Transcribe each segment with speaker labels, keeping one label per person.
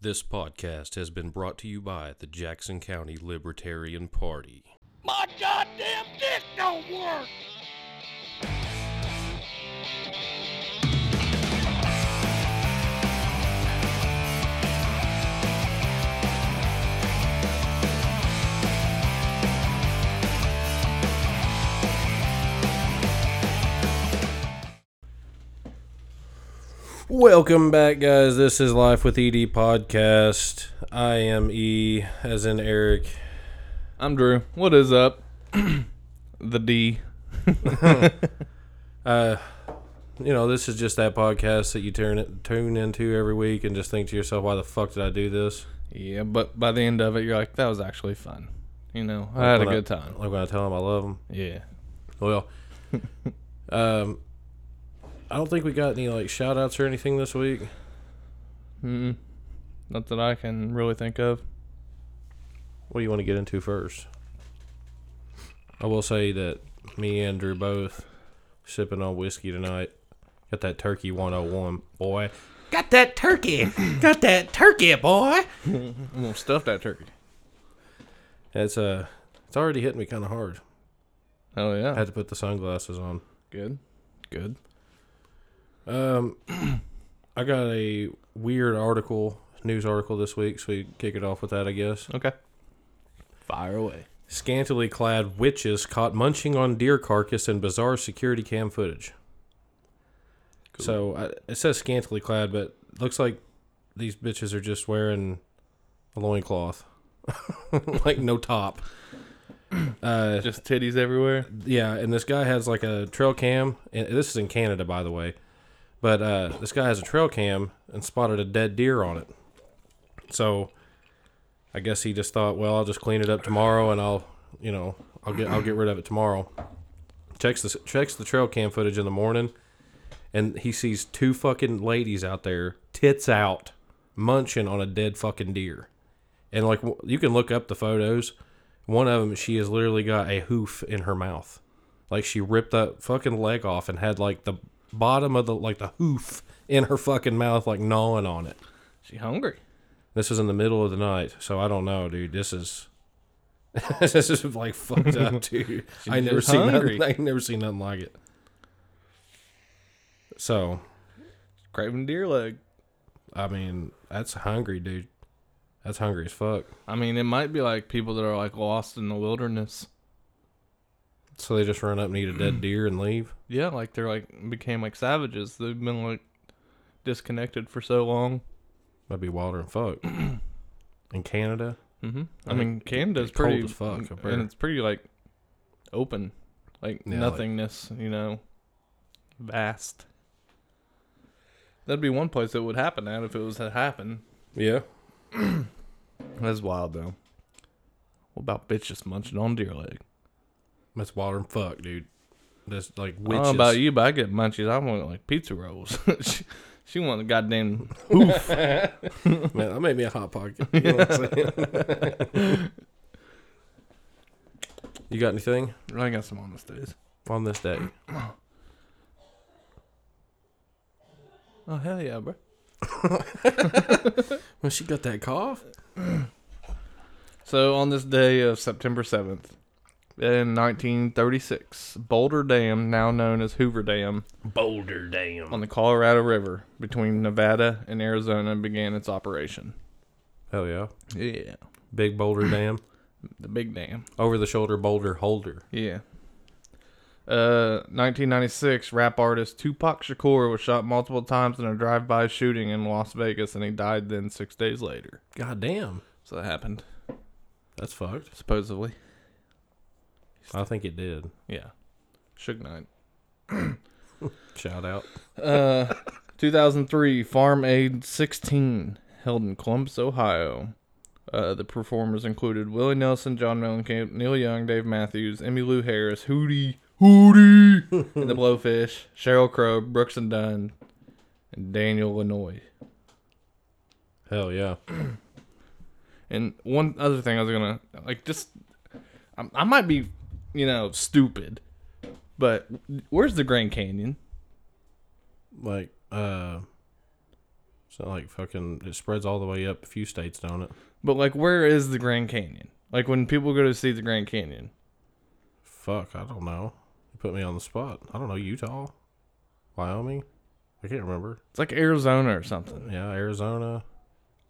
Speaker 1: This podcast has been brought to you by the Jackson County Libertarian Party.
Speaker 2: My goddamn dick don't work!
Speaker 1: Welcome back, guys. This is Life with ED Podcast. I am E, as in Eric.
Speaker 3: I'm Drew. What is up? the D.
Speaker 1: You know, this is just that podcast that you turn it, tune into every week and just think to yourself, why the fuck did I do this?
Speaker 3: Yeah, but by the end of it, you're like, that was actually fun. You know, I had a
Speaker 1: When I-
Speaker 3: good time.
Speaker 1: Like when I tell them I love them.
Speaker 3: Yeah.
Speaker 1: Well, um, I don't think we got any like shout outs or anything this week.
Speaker 3: Mm-mm. Not that I can really think of.
Speaker 1: What do you want to get into first? I will say that me and Drew both sipping on whiskey tonight. Got that turkey 101, boy. Got that turkey. Got that turkey, boy.
Speaker 3: I'm gonna stuff that turkey.
Speaker 1: It's uh it's already hitting me kind of hard.
Speaker 3: Oh yeah.
Speaker 1: I had to put the sunglasses on.
Speaker 3: good. Good.
Speaker 1: Um I got a weird article, news article this week, so we kick it off with that, I guess.
Speaker 3: Okay. Fire away.
Speaker 1: Scantily clad witches caught munching on deer carcass in bizarre security cam footage. So I, it says scantily clad, but it looks like these bitches are just wearing a loincloth. like no top. Uh,
Speaker 3: Just titties everywhere.
Speaker 1: yeah, and this guy has like a trail cam. And this is in Canada, by the way. But uh, this guy has a trail cam and spotted a dead deer on it. So I guess he just thought, well, I'll just clean it up tomorrow, and I'll, you know, I'll get I'll get rid of it tomorrow. Checks the checks the trail cam footage in the morning, and he sees two fucking ladies out there, tits out, munching on a dead fucking deer. And like w- you can look up the photos, one of them, she has literally got a hoof in her mouth. Like she ripped that fucking leg off and had like the bottom of the like the hoof in her fucking mouth, like gnawing on it.
Speaker 3: She hungry.
Speaker 1: This is in the middle of the night, so I don't know, dude. This is this is like fucked up, dude. I ain't never
Speaker 3: just
Speaker 1: seen
Speaker 3: hungry.
Speaker 1: nothing, I ain't never seen nothing like it. So
Speaker 3: Craving deer leg.
Speaker 1: I mean, that's hungry, dude. That's hungry as fuck.
Speaker 3: I mean, it might be like people that are like lost in the wilderness.
Speaker 1: So they just run up and eat a dead deer and leave.
Speaker 3: Yeah, like they're like became like savages. They've been like disconnected for so long.
Speaker 1: That'd be wilder than fuck. In Canada,
Speaker 3: hmm I,
Speaker 1: I mean,
Speaker 3: mean, Canada's
Speaker 1: cold
Speaker 3: pretty
Speaker 1: as fuck up there.
Speaker 3: and it's pretty like open, like
Speaker 1: Yeah, like-
Speaker 3: nothingness, you know, vast. That'd be one place that would happen at if it was to happen.
Speaker 1: yeah.
Speaker 3: That's wild though. What about bitches munching on deer leg?
Speaker 1: That's water and fuck, dude. That's like
Speaker 3: I
Speaker 1: witches.
Speaker 3: don't know about you, but I get munchies. I want like pizza rolls. she, she want a goddamn hoof.
Speaker 1: Man, that made me a hot pocket. You, know what I'm saying? You got anything
Speaker 3: I got some honest days.
Speaker 1: on this day?
Speaker 3: Oh hell yeah, bro.
Speaker 1: Well, she got that cough.
Speaker 3: So on this day of September 7th, in 1936, Boulder Dam, now known as Hoover Dam,
Speaker 1: Boulder Dam.
Speaker 3: on the Colorado River between Nevada and Arizona began its operation.
Speaker 1: Hell yeah,
Speaker 3: Yeah.
Speaker 1: big Boulder Dam.
Speaker 3: The big dam.
Speaker 1: Over the shoulder Boulder Holder.
Speaker 3: Yeah. Uh, 1996, rap artist Tupac Shakur was shot multiple times in a drive-by shooting in Las Vegas, and he died then six days later.
Speaker 1: God damn,
Speaker 3: So that happened,
Speaker 1: that's fucked.
Speaker 3: supposedly.
Speaker 1: I think it did.
Speaker 3: Yeah. Suge Knight.
Speaker 1: Shout out.
Speaker 3: Uh, 2003 Farm Aid 16 held in Columbus, Ohio. Uh, the performers included Willie Nelson, John Mellencamp, Neil Young, Dave Matthews, Emmy Lou Harris, Hootie, Hootie, and the Blowfish, Cheryl Crow, Brooks and Dunn, and Daniel Lanois.
Speaker 1: Hell yeah.
Speaker 3: And one other thing I was gonna like just I, I might be you know stupid, but where's the Grand Canyon?
Speaker 1: Like, uh, So like fucking, it spreads all the way up a few states, don't it?
Speaker 3: But like, where is the Grand Canyon? Like when people go to see the Grand Canyon,
Speaker 1: Fuck, I don't know. You put me on the spot. I don't know. Utah, Wyoming. I can't remember.
Speaker 3: it's like Arizona or something.
Speaker 1: Yeah, Arizona,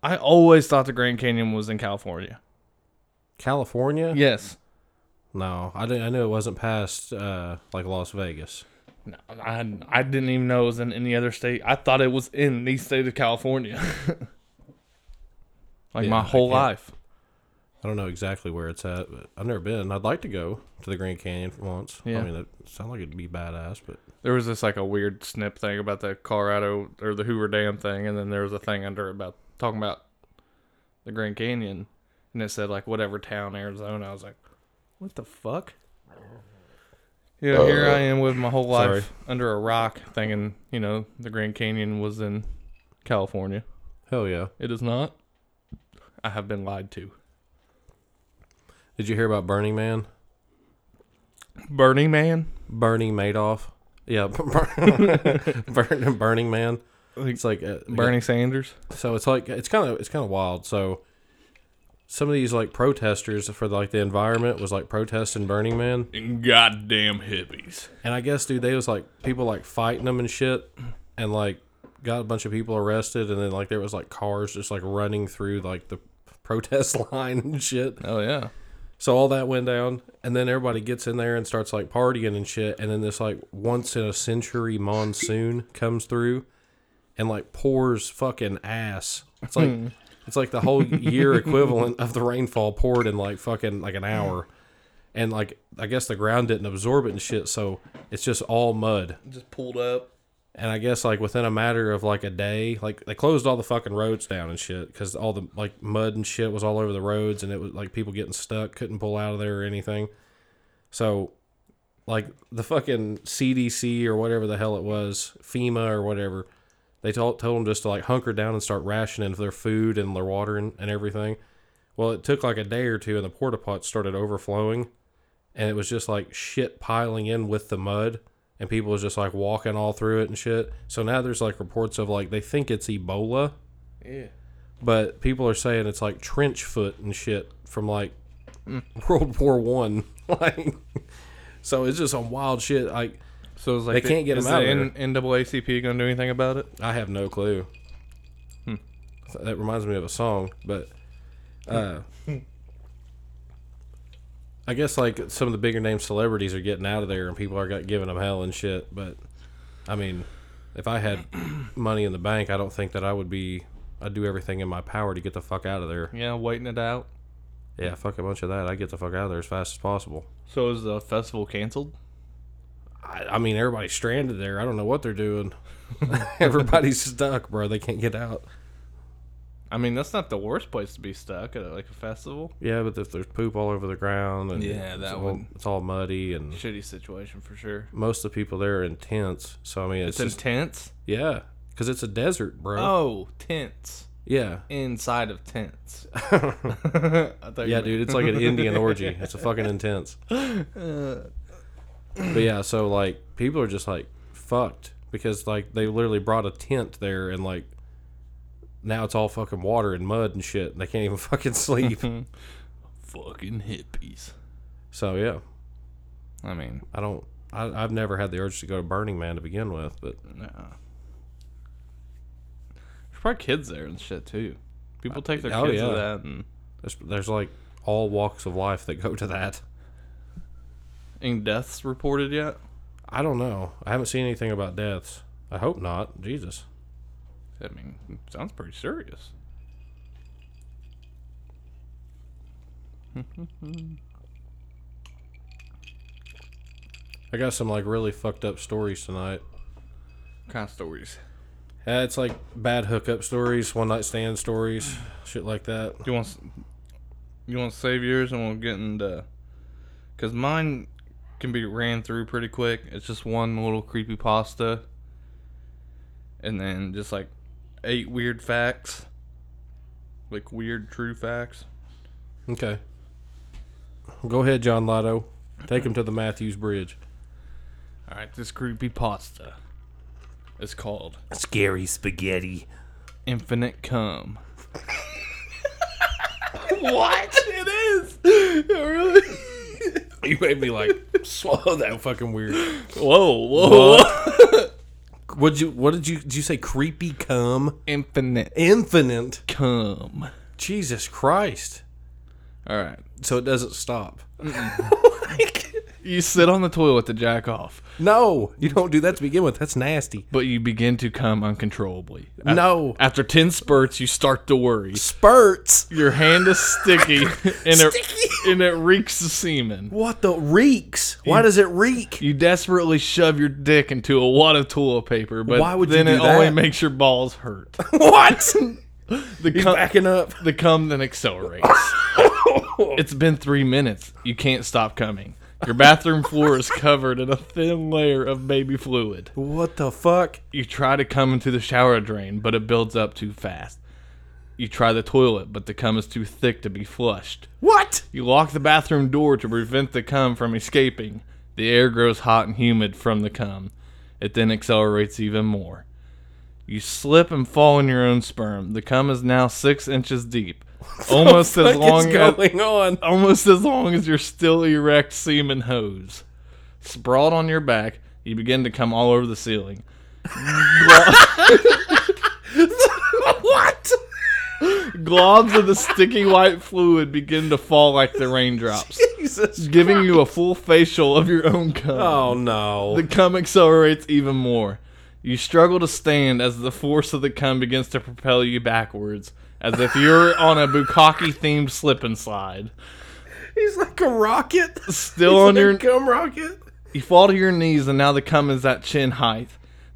Speaker 3: I always thought the Grand Canyon was in California.
Speaker 1: California.
Speaker 3: Yes.
Speaker 1: No, I didn't, I knew it wasn't past uh, like Las Vegas.
Speaker 3: No, I, I didn't even know it was in any other state. I thought it was in the state of California. like
Speaker 1: Yeah,
Speaker 3: my
Speaker 1: I
Speaker 3: whole
Speaker 1: can't-
Speaker 3: life.
Speaker 1: I don't know exactly where it's at, but I've never been. I'd like to go to the Grand Canyon for once.
Speaker 3: Yeah.
Speaker 1: I mean, it sounds like it'd be badass, but
Speaker 3: There was this like a weird snip thing about the Colorado or the Hoover Dam thing, and then there was a thing under about talking about the Grand Canyon, and it said like whatever town Arizona. I was like, what the fuck? Yeah, here I am with my whole life
Speaker 1: Uh, Sorry.
Speaker 3: under a rock, thinking you know the Grand Canyon was in California.
Speaker 1: hell yeah.
Speaker 3: It is not. I have been lied to.
Speaker 1: Did you hear about Burning Man?
Speaker 3: Burning Man.
Speaker 1: Bernie Madoff. Yeah, Bur- Burn- Burning Man. It's like uh,
Speaker 3: Bernie Sanders.
Speaker 1: So it's like it's kind of it's kind of wild. So some of these like protesters for like the environment was like protesting Burning Man,
Speaker 3: And goddamn hippies.
Speaker 1: and I guess dude they was like people like fighting them and shit, and like got a bunch of people arrested, and then like there was like cars just like running through like the protest line and shit.
Speaker 3: Oh yeah.
Speaker 1: So all that went down, and then everybody gets in there and starts like partying and shit. And then this like once in a century monsoon comes through, and like pours fucking ass. It's like it's like the whole year equivalent of the rainfall poured in like fucking like an hour. And like I guess the ground didn't absorb it and shit, so it's just all mud.
Speaker 3: Just pulled up.
Speaker 1: And I guess like within a matter of like a day, like they closed all the fucking roads down and shit because all the like mud and shit was all over the roads and it was like people getting stuck, couldn't pull out of there or anything. So, like the fucking CDC or whatever the hell it was, FEMA or whatever, they told told them just to like hunker down and start rationing their food and their water and, and everything. Well, it took like a day or two and the porta pots started overflowing and it was just like shit piling in with the mud and people was just like walking all through it and shit. So now there's like reports of like they think it's Ebola,
Speaker 3: Yeah.
Speaker 1: but people are saying it's like trench foot and shit from like World War One. like so it's just some wild shit. Like
Speaker 3: So it's like
Speaker 1: They can't get
Speaker 3: is
Speaker 1: them out
Speaker 3: the
Speaker 1: of
Speaker 3: N- NAACP gonna do anything about it?
Speaker 1: I have no clue. So That reminds me of a song, but uh, I guess like some of the bigger name celebrities are getting out of there, and people are got giving them hell and shit. But I mean, if I had money in the bank, I don't think that I would be. I'd do everything in my power to get the fuck out of there.
Speaker 3: Yeah, waiting it out.
Speaker 1: Yeah, fuck a bunch of that. I get the fuck out of there as fast as possible.
Speaker 3: So is the festival canceled?
Speaker 1: I, I mean, everybody's stranded there. I don't know what they're doing. everybody's stuck, bro. They can't get out.
Speaker 3: I mean, that's not the worst place to be stuck at like a festival.
Speaker 1: Yeah, but if there's poop all over the ground and
Speaker 3: Yeah,
Speaker 1: it's
Speaker 3: that
Speaker 1: all,
Speaker 3: would-
Speaker 1: it's all muddy and
Speaker 3: Shitty situation for sure.
Speaker 1: most of the people there are in tents. So I mean, it's,
Speaker 3: It's, in
Speaker 1: just
Speaker 3: tents.
Speaker 1: yeah, because it's a desert, bro.
Speaker 3: Oh, tents
Speaker 1: Yeah,
Speaker 3: inside of tents. I thought you
Speaker 1: yeah,
Speaker 3: meant-
Speaker 1: dude, it's like an Indian orgy. It's a fucking intense. But yeah, so like people are just like fucked because like they literally brought a tent there and like now it's all fucking water and mud and shit and they can't even fucking sleep.
Speaker 3: Fucking hippies.
Speaker 1: so yeah,
Speaker 3: I mean,
Speaker 1: I don't. I, I've never had the urge to go to Burning Man to begin with, but
Speaker 3: no. There's probably kids there and shit too. People take their
Speaker 1: oh,
Speaker 3: kids
Speaker 1: yeah.
Speaker 3: to that and,
Speaker 1: There's, there's like all walks of life that go to that.
Speaker 3: Any deaths reported yet?
Speaker 1: I don't know. I haven't seen anything about deaths. I hope not. Jesus.
Speaker 3: I mean, it sounds pretty serious.
Speaker 1: I got some like really fucked up stories tonight.
Speaker 3: Kind of stories.
Speaker 1: Yeah, it's like bad hookup stories, one night stand stories, shit like that.
Speaker 3: You want s- you want to save yours, and we'll get into because mine can be ran through pretty quick. It's just one little creepy pasta, and then just like eight weird facts, like weird true facts.
Speaker 1: Okay. Go ahead, John Lotto. Take him to the Matthews Bridge.
Speaker 3: All right, this creepy pasta is called
Speaker 4: Scary spaghetti.
Speaker 3: Infinite Cum.
Speaker 1: What?
Speaker 3: It is. It really.
Speaker 1: You made me like swallow that fucking weird.
Speaker 3: Whoa, whoa,
Speaker 1: What'd you? What did you? Did you say creepy cum?
Speaker 3: Infinite
Speaker 1: Infinite.
Speaker 3: Cum.
Speaker 1: Jesus Christ!
Speaker 3: All right.
Speaker 1: So it doesn't stop.
Speaker 3: You sit on the toilet to jack off,
Speaker 1: No, you don't do that to begin with. That's nasty.
Speaker 3: but you begin to come uncontrollably.
Speaker 1: No
Speaker 3: After 10 spurts, you start to worry.
Speaker 1: spurts.
Speaker 3: Your hand is sticky and it, and it reeks of semen.
Speaker 1: What the reeks? Why does it reek?
Speaker 3: You desperately shove your dick into a wad of toilet paper, but
Speaker 1: Why would you
Speaker 3: then
Speaker 1: do
Speaker 3: it only
Speaker 1: that?
Speaker 3: makes your balls hurt.
Speaker 1: What?
Speaker 3: The
Speaker 1: He's
Speaker 3: cum,
Speaker 1: backing up.
Speaker 3: the cum then accelerates. it's been three minutes. You can't stop coming. Your bathroom floor is covered in a thin layer of baby fluid.
Speaker 1: What the fuck?
Speaker 3: You try to come into the shower drain, but it builds up too fast. You try the toilet, but the cum is too thick to be flushed.
Speaker 1: What?
Speaker 3: You lock the bathroom door to prevent the cum from escaping. The air grows hot and humid from the cum. It then accelerates even more. You slip and fall in your own sperm. The cum is now six inches deep, almost as
Speaker 1: What's
Speaker 3: long as,
Speaker 1: going on?
Speaker 3: almost as long as your still erect semen hose. Sprawled on your back, you begin to come all over the ceiling.
Speaker 1: What?
Speaker 3: Globs of the sticky white fluid begin to fall like the raindrops,
Speaker 1: Jesus.
Speaker 3: giving you a full facial of your own cum.
Speaker 1: Oh no.
Speaker 3: The cum accelerates even more. You struggle to stand as the force of the cum begins to propel you backwards, as if you're on a bukkake themed slip and slide.
Speaker 1: He's like a rocket.
Speaker 3: Still
Speaker 1: He's
Speaker 3: on
Speaker 1: like a
Speaker 3: your
Speaker 1: cum rocket.
Speaker 3: you fall to your knees and now the cum is at chin height.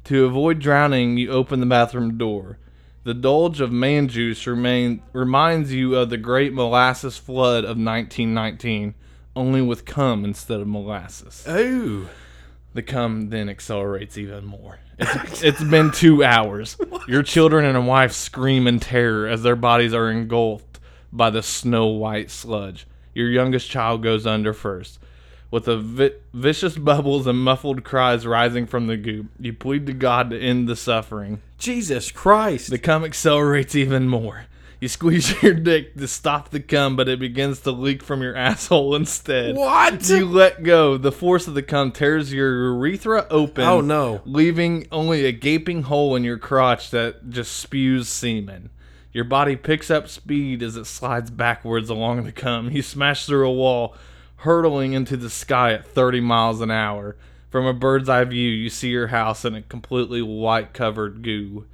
Speaker 3: To avoid drowning, you open the bathroom door. The dolge of man juice remain, reminds you of the great molasses flood of 1919, only with cum instead of molasses.
Speaker 1: Oh.
Speaker 3: The cum then accelerates even more. It's, it's been two hours. Your children and wife scream in terror as their bodies are engulfed by the snow white sludge. Your youngest child goes under first. With the vi- vicious bubbles and muffled cries rising from the goop, you plead to God to end the suffering.
Speaker 1: Jesus Christ.
Speaker 3: The cum accelerates even more. You squeeze your dick to stop the cum, but it begins to leak from your asshole instead.
Speaker 1: what?
Speaker 3: You let go. The force of the cum tears your urethra open.
Speaker 1: Oh, no.
Speaker 3: Leaving only a gaping hole in your crotch that just spews semen. Your body picks up speed as it slides backwards along the cum. You smash through a wall, hurtling into the sky at 30 miles an hour. From a bird's eye view, you see your house in a completely white covered goo.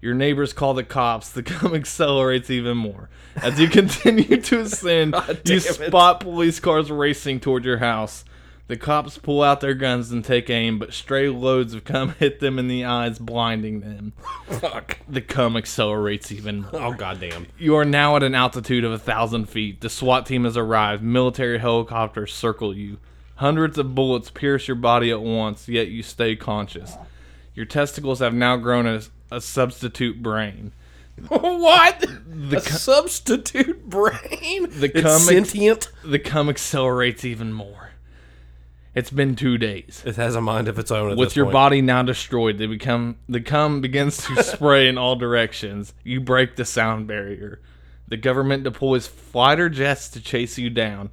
Speaker 3: Your neighbors call the cops. The cum accelerates even more. As you continue to ascend, you
Speaker 1: damn it.
Speaker 3: spot police cars racing toward your house. The cops pull out their guns and take aim, but stray loads of cum hit them in the eyes, blinding them.
Speaker 1: fuck.
Speaker 3: The cum accelerates even more.
Speaker 1: Oh goddamn.
Speaker 3: You are now at an altitude of a thousand feet. The SWAT team has arrived. Military helicopters circle you. Hundreds of bullets pierce your body at once, yet you stay conscious. Your testicles have now grown a, a substitute brain.
Speaker 1: what? The substitute brain. The it's
Speaker 3: cum-
Speaker 1: sentient.
Speaker 3: The cum accelerates even more. It's been two days.
Speaker 1: It has a mind of its own. At
Speaker 3: With
Speaker 1: this
Speaker 3: your
Speaker 1: point.
Speaker 3: body now destroyed, they become the cum begins to spray in all directions. You break the sound barrier. The government deploys fighter jets to chase you down,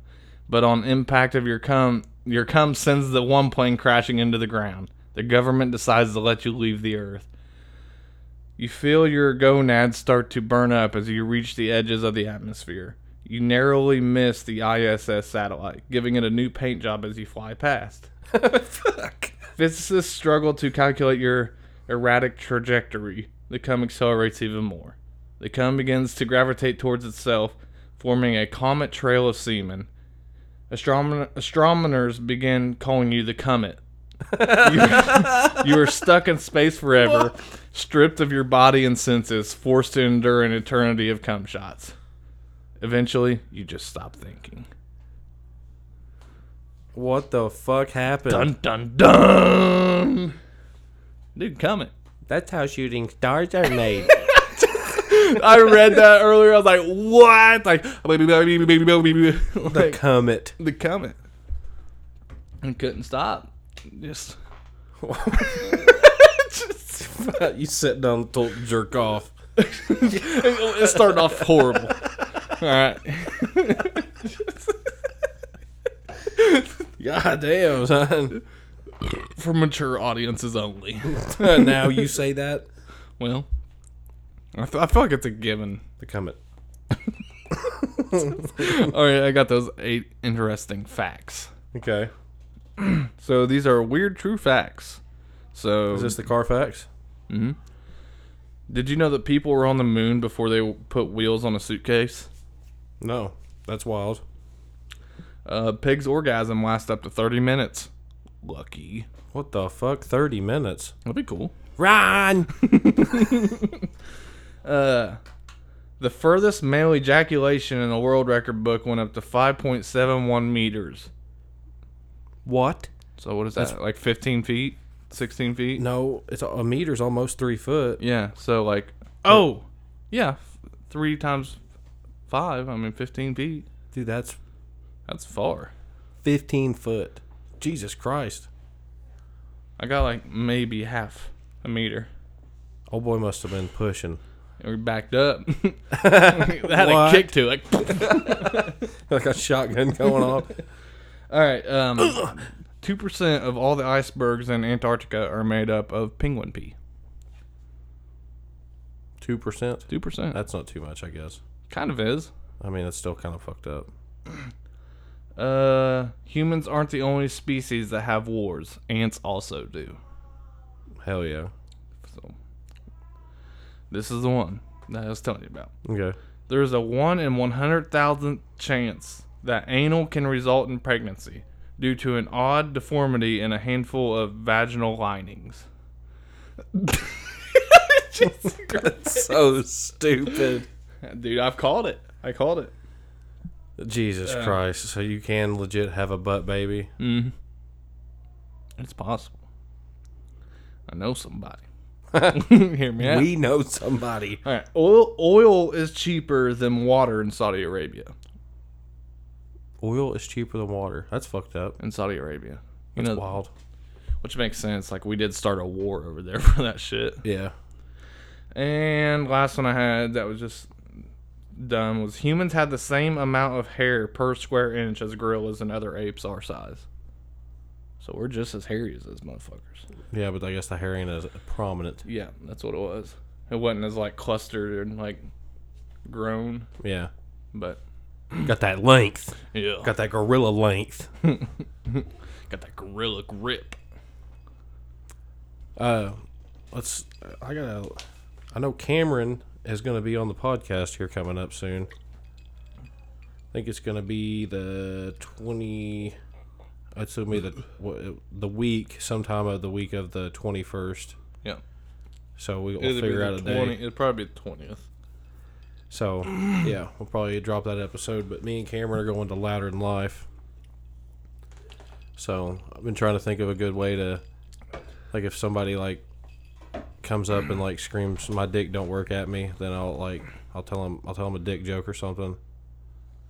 Speaker 3: but on impact of your cum, your cum sends the one plane crashing into the ground. The government decides to let you leave the earth. You feel your gonads start to burn up as you reach the edges of the atmosphere. You narrowly miss the ISS satellite, giving it a new paint job as you fly past.
Speaker 1: Fuck.
Speaker 3: Physicists struggle to calculate your erratic trajectory. The cum accelerates even more. The cum begins to gravitate towards itself, forming a comet trail of semen. Astronom- astronomers begin calling you the comet. you, you are stuck in space forever, stripped of your body and senses, forced to endure an eternity of cum shots. Eventually, you just stop thinking.
Speaker 1: What the fuck happened?
Speaker 3: Dun dun dun! Dude, comet.
Speaker 1: That's how shooting stars are made.
Speaker 3: I read that earlier. I was like, what? Like,
Speaker 1: the
Speaker 3: the,
Speaker 1: comet.
Speaker 3: the comment. And couldn't stop. Just.
Speaker 1: you sit down, and jerk off.
Speaker 3: it started off horrible. All right.
Speaker 1: God damn, son.
Speaker 3: For mature audiences only.
Speaker 1: now you say that.
Speaker 3: Well, I, th- I feel like it's a given.
Speaker 1: Become it.
Speaker 3: All right, I got those eight interesting facts.
Speaker 1: Okay.
Speaker 3: So these are weird true facts. So
Speaker 1: Is this the Carfax?
Speaker 3: did you know that people were on the moon before they w- put wheels on a suitcase?
Speaker 1: No. That's wild.
Speaker 3: Uh, Pig's orgasm lasts up to 30 minutes. Lucky.
Speaker 1: What the fuck? 30 minutes.
Speaker 3: That'd be cool.
Speaker 1: Run!
Speaker 3: The furthest male ejaculation in the world record book went up to 5.71 meters.
Speaker 1: what?
Speaker 3: So what is that? like 15 feet? 16 feet?
Speaker 1: No, it's a meter's almost three foot.
Speaker 3: Yeah. So like, oh, yeah, f- three times five. I mean, 15 feet.
Speaker 1: Dude, that's
Speaker 3: That's far.
Speaker 1: 15 foot. Jesus Christ.
Speaker 3: I got like maybe half a meter.
Speaker 1: Old boy must have been pushing.
Speaker 3: And we backed up. that had a
Speaker 1: What?
Speaker 3: kick to it.
Speaker 1: like a shotgun going off.
Speaker 3: all right. Um, two percent of all the icebergs in Antarctica are made up of penguin pee.
Speaker 1: 2%.
Speaker 3: Two percent.
Speaker 1: That's not too much, I guess.
Speaker 3: Kind of is.
Speaker 1: I mean, it's still kind of fucked up.
Speaker 3: Uh, humans aren't the only species that have wars. Ants also do.
Speaker 1: Hell yeah.
Speaker 3: So, this is the one that I was telling you about.
Speaker 1: Okay.
Speaker 3: There's a 1 in 100,000th chance that anal can result in pregnancy due to an odd deformity in a handful of vaginal linings.
Speaker 1: so stupid.
Speaker 3: Dude, I've called it. I called it.
Speaker 1: Jesus Christ. So you can legit have a butt baby?
Speaker 3: It's possible. I know somebody. Hear me out.
Speaker 1: We know somebody.
Speaker 3: All right. Oil, oil is cheaper than water in Saudi Arabia.
Speaker 1: Oil is cheaper than water. That's fucked up.
Speaker 3: In Saudi Arabia. You
Speaker 1: That's
Speaker 3: know,
Speaker 1: wild.
Speaker 3: which makes sense. Like, we did start a war over there for that shit.
Speaker 1: Yeah.
Speaker 3: And last one I had that was just dumb was humans had the same amount of hair per square inch as gorillas and other apes our size. So we're just as hairy as those motherfuckers.
Speaker 1: Yeah, but I guess the hair ain't as prominent.
Speaker 3: Yeah, that's what it was. It wasn't as like clustered and like grown,
Speaker 1: Yeah.
Speaker 3: but
Speaker 1: Got that length.
Speaker 3: yeah, got,
Speaker 1: Got that gorilla length.
Speaker 3: got that gorilla grip.
Speaker 1: Uh, let's. uh, I gotta. I know Cameron is gonna be on the podcast here coming up soon. I think it's gonna be the twenty. It's gonna be the wha- the week, sometime of the week of the twenty first.
Speaker 3: Yeah,
Speaker 1: So we- we'll
Speaker 3: it'll
Speaker 1: figure out a
Speaker 3: be the 20,
Speaker 1: day.
Speaker 3: it'll probably be the twentieth.
Speaker 1: So yeah, we'll probably drop that episode. But me and Cameron are going to Louder Than Life. So I've been trying to think of a good way to, like, if somebody like comes up and like screams, "My dick don't work at me," then I'll like I'll tell him I'll tell him a dick joke or something.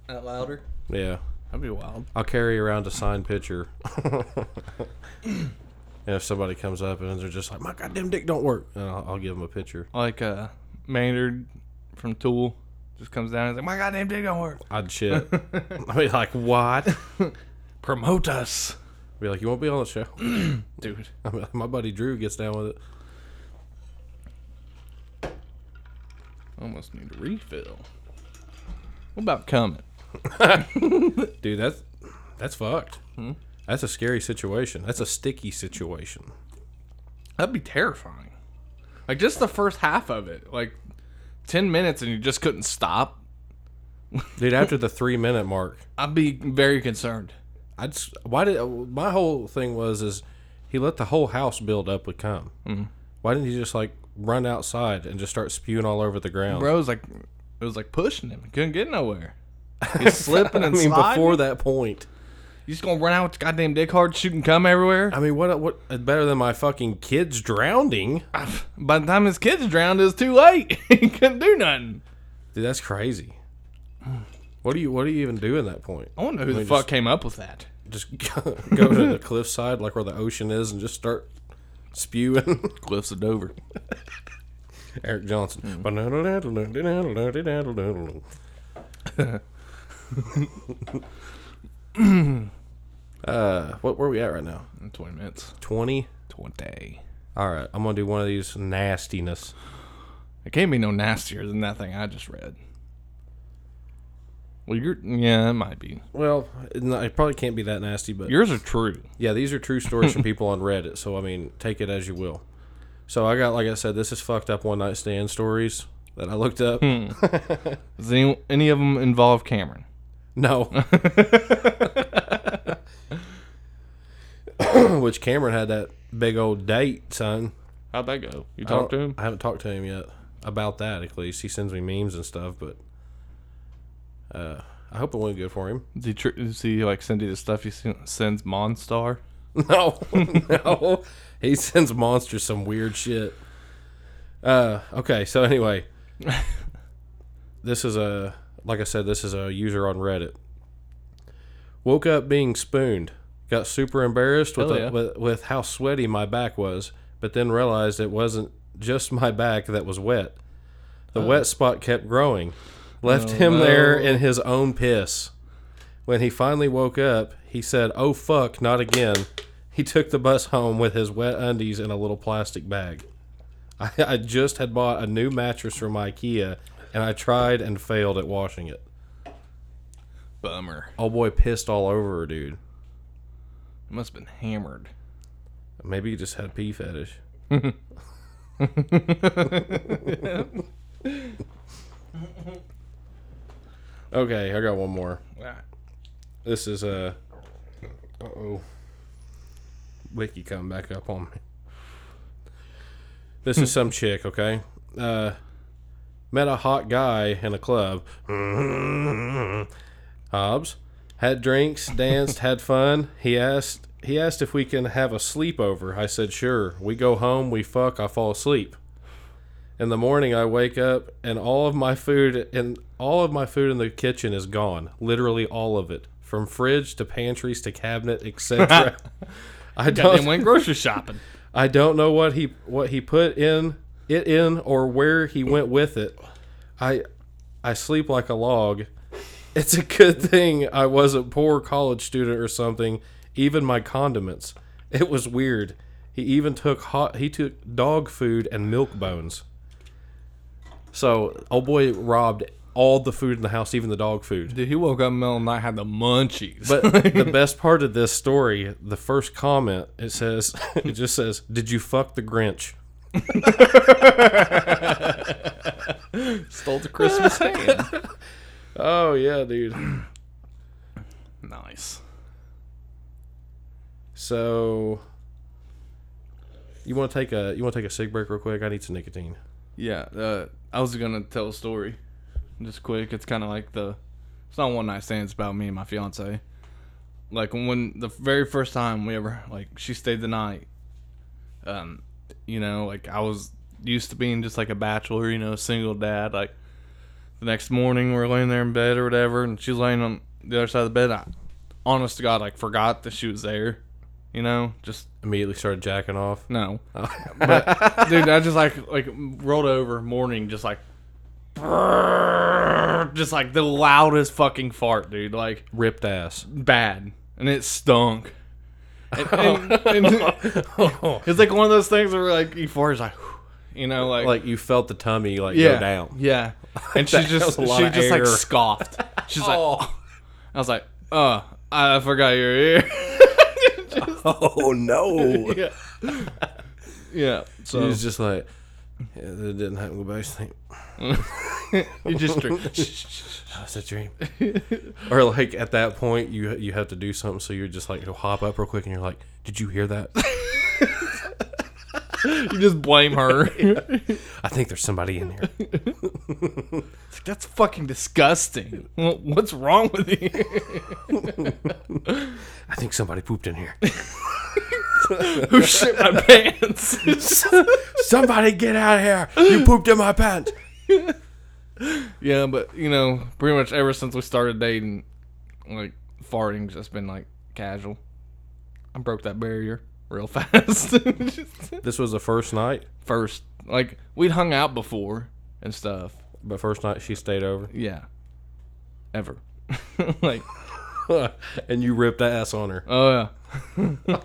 Speaker 3: That louder?
Speaker 1: Yeah,
Speaker 3: That'd be wild.
Speaker 1: I'll carry around a signed picture. And if somebody comes up and they're just like, "My goddamn dick don't work," then I'll, I'll give them a picture.
Speaker 3: Like uh, Maynard from Tool just comes down and is like, "My goddamn dick don't work."
Speaker 1: I'd shit. I'd be like, "What?"
Speaker 3: Promote us,
Speaker 1: Be like, "You won't be on the show."
Speaker 3: dude.
Speaker 1: I mean, my buddy Drew gets down with it.
Speaker 3: Almost need a refill. What about coming?
Speaker 1: Dude, that's that's fucked. That's a scary situation. That's a sticky situation.
Speaker 3: That'd be terrifying. Like just the first half of it, like ten minutes, and you just couldn't stop.
Speaker 1: Dude, after the three minute mark,
Speaker 3: I'd be very concerned.
Speaker 1: I just why did my whole thing was is he let the whole house build up with cum. Why didn't he just like run outside and just start spewing all over the ground?
Speaker 3: Bro, it was like it was like pushing him. He couldn't get nowhere. He's slipping
Speaker 1: I
Speaker 3: and
Speaker 1: mean,
Speaker 3: sliding.
Speaker 1: before that point,
Speaker 3: you just gonna run out with your goddamn dick hard, shooting cum everywhere.
Speaker 1: I mean, what what better than my fucking kids drowning?
Speaker 3: By the time his kids drowned, it was too late. he couldn't do nothing.
Speaker 1: Dude, that's crazy. What do you what do you even do in that point?
Speaker 3: I wonder who the
Speaker 1: mean,
Speaker 3: fuck came up with that.
Speaker 1: just go, go to the cliffside, like where the ocean is, and just start spewing.
Speaker 3: Cliffs of Dover.
Speaker 1: Eric Johnson. Ba-na-da-da-da-da-da-da-da-da-da-da-da. uh, what where we at right now?
Speaker 3: In 20 minutes.
Speaker 1: Twenty.
Speaker 3: 20.
Speaker 1: All right, I'm gonna do one of these nastiness.
Speaker 3: It can't be no nastier than that thing I just read. Well, you're. Yeah, it might be.
Speaker 1: Well, no, it probably can't be that nasty, but
Speaker 3: Yours are true.
Speaker 1: yeah, these are true stories from people on Reddit. So I mean, take it as you will. So I got, like I said, this is fucked up one night stand stories that I looked up.
Speaker 3: Does any, any of them involve Cameron?
Speaker 1: No. Which Cameron had that big old date, son.
Speaker 3: How'd that go? You
Speaker 1: I don't- I haven't talked to him yet about that. At least he sends me memes and stuff, but uh, I hope it went good for him.
Speaker 3: Did you, tr- does he like send you the stuff he sen- sends Monstar?
Speaker 1: No, no. He sends monsters some weird shit. Uh, okay, so anyway, this is a like I said, this is a user on Reddit. Woke up being spooned. Got super embarrassed with,
Speaker 3: Hell yeah.
Speaker 1: with with how sweaty my back was, but then realized it wasn't just my back that was wet. The wet spot kept growing. Left him there in his own piss. When he finally woke up, he said, "Oh fuck, not again." He took the bus home with his wet undies in a little plastic bag. I, I just had bought a new mattress from IKEA, and I tried and failed at washing it.
Speaker 3: Bummer.
Speaker 1: Oh boy, pissed all over her, dude.
Speaker 3: It must have been hammered.
Speaker 1: Maybe he just had pee fetish. okay, I got one more. This is a. Uh oh. Wiki coming back up on me. This is some chick, okay? Uh, met a hot guy in a club. Hobbs had drinks, danced, had fun. He asked he asked if we can have a sleepover. I said sure. We go home, we fuck, I fall asleep. In the morning I wake up and all of my food and all of my food in the kitchen is gone. Literally all of it. From fridge to pantries to cabinet, etc. I
Speaker 3: Goddamn
Speaker 1: don't
Speaker 3: went grocery shopping.
Speaker 1: I don't know what he what he put in it in or where he went with it. I I sleep like a log. It's a good thing I was a poor college student or something. Even my condiments. It was weird. He even took hot he took dog food and milk bones. So, old boy robbed all the food in the house, even the dog food.
Speaker 3: Dude, he woke up in the middle of the night, had the munchies.
Speaker 1: But the best part of this story, the first comment, it says, it just says, "Did you fuck the Grinch?"
Speaker 3: stole the Christmas hand.
Speaker 1: Oh yeah, dude.
Speaker 3: nice.
Speaker 1: So, you want to take a you want to take a cig break real quick? I need some nicotine.
Speaker 3: Yeah, uh, I was gonna tell a story, just quick. It's kind of like the, it's not one night stand. It's about me and my fiance. Like when the very first time we ever like she stayed the night, um, you know, like I was used to being just like a bachelor, you know, single dad. Like the next morning we we're laying there in bed or whatever, and she's laying on the other side of the bed. I, honest to God, like forgot that she was there. You know, just
Speaker 1: Immediately started jacking off.
Speaker 3: no.
Speaker 1: Oh.
Speaker 3: but dude, I just like like rolled over morning, just like just like the loudest fucking fart, dude. Like
Speaker 1: Ripped ass.
Speaker 3: bad, and it stunk. And, and,
Speaker 1: Oh.
Speaker 3: and- it's like one of those things where like you fart is like, you know, like
Speaker 1: like you felt the tummy like
Speaker 3: yeah,
Speaker 1: go down.
Speaker 3: yeah. And she
Speaker 1: That was
Speaker 3: just
Speaker 1: a
Speaker 3: she
Speaker 1: lot of
Speaker 3: just
Speaker 1: air.
Speaker 3: like scoffed. She's like,
Speaker 1: Oh.
Speaker 3: I was like, oh, I forgot you're here.
Speaker 1: Oh no!
Speaker 3: yeah, yeah. So
Speaker 1: He was just like, yeah, that didn't happen. Go back to sleep.
Speaker 3: you just drink.
Speaker 1: That was a dream. or like at that point, you you have to do something, so you're just like you'll hop up real quick, and you're like, "Did you hear that?
Speaker 3: You just blame her.
Speaker 1: I think there's somebody in there."
Speaker 3: That's fucking disgusting. Wha- What's wrong with you?
Speaker 1: I think somebody pooped in here.
Speaker 3: Who shit my pants?
Speaker 1: somebody get out of here! You pooped in my pants.
Speaker 3: yeah, but you know, pretty much ever since we started dating, like farting's just been like casual. I broke that barrier. real fast.
Speaker 1: This was the first night,
Speaker 3: First, like we'd hung out before and stuff.
Speaker 1: but first night she stayed over,
Speaker 3: Yeah, ever. like,
Speaker 1: and you ripped ass on her.
Speaker 3: oh yeah,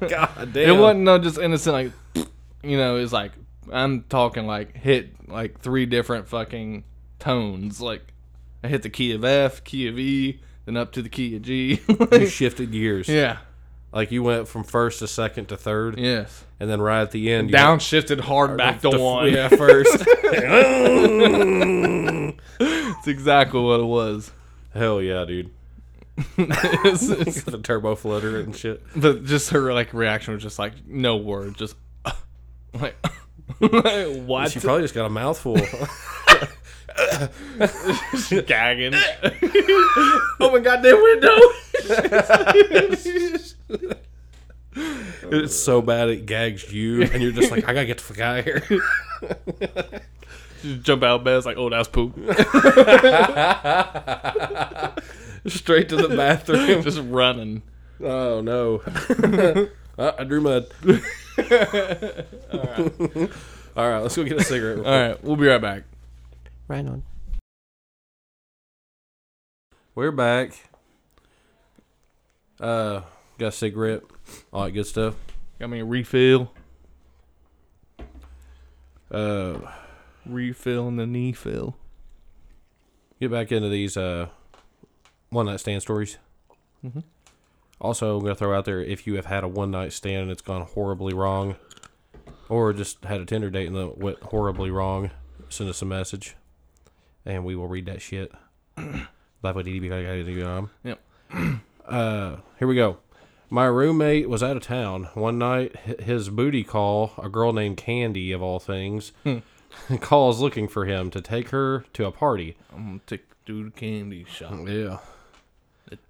Speaker 1: God
Speaker 3: it
Speaker 1: damn!
Speaker 3: wasn't no just innocent. Like, you know, it's like I'm talking like hit like three different fucking tones. Like, I hit the key of F, key of E, then up to the key of G.
Speaker 1: You shifted gears.
Speaker 3: yeah.
Speaker 1: Like you went from first to second to third,
Speaker 3: Yes.
Speaker 1: and then right at the end, you
Speaker 3: Downshifted hard back to
Speaker 1: went to-
Speaker 3: one.
Speaker 1: Yeah, first.
Speaker 3: That's exactly what it was.
Speaker 1: Hell yeah, dude!
Speaker 3: It's- it's-
Speaker 1: The turbo flutter and shit.
Speaker 3: but just her like reaction was just like no word, just like what?
Speaker 1: She probably just got a mouthful.
Speaker 3: She's gagging. oh my goddamn window!
Speaker 1: it's so bad it gags you, and you're just like, I gotta get the fuck out of here.
Speaker 3: Just jump out of bed. It's like oh that's poop.
Speaker 1: Straight to the bathroom.
Speaker 3: just running.
Speaker 1: Oh no! Uh, I drew mud. All right. All right, let's go get a cigarette. real
Speaker 3: All right, we'll be right back.
Speaker 4: Right on.
Speaker 1: We're back. Uh, got a cigarette, all that good stuff.
Speaker 3: Got me a refill.
Speaker 1: Uh,
Speaker 3: Refill and the knee fill.
Speaker 1: get back into these uh one night stand stories.
Speaker 3: Mhm.
Speaker 1: Also, I'm gonna throw out there if you have had a one night stand and it's gone horribly wrong, or just had a Tinder date and it went horribly wrong, send us a message, and we will read that shit. E yep. um, uh, here we go. My roommate was out of town one night. hi- His booty call, a girl named Candy of all things, calls looking for him to take her to a party.
Speaker 3: I'm gonna take the dude candy shop.
Speaker 1: Yeah.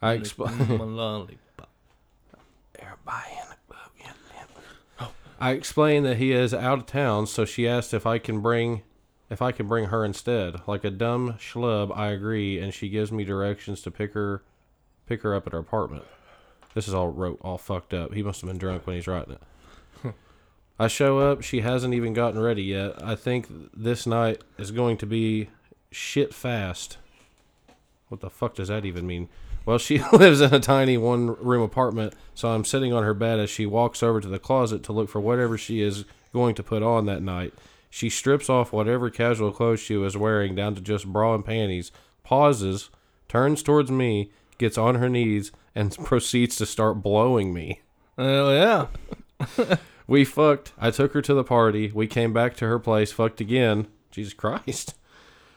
Speaker 1: I exp-
Speaker 3: My lollipop.
Speaker 1: I explained that he is out of town, so she asked if I can bring if I can bring her instead. Like a dumb schlub, I agree, and she gives me directions to pick her pick her up at her apartment. This is all wrote all fucked up. He must have been drunk when he's writing it. I show up, she hasn't even gotten ready yet. I think this night is going to be shit fast. What the fuck does that even mean? Well, she lives in a tiny one room apartment, so I'm sitting on her bed as she walks over to the closet to look for whatever she is going to put on that night. She strips off whatever casual clothes she was wearing down to just bra and panties, pauses, turns towards me, gets on her knees, and proceeds to start blowing me.
Speaker 3: Hell yeah.
Speaker 1: We fucked. I took her to the party. We came back to her place, fucked again. Jesus Christ.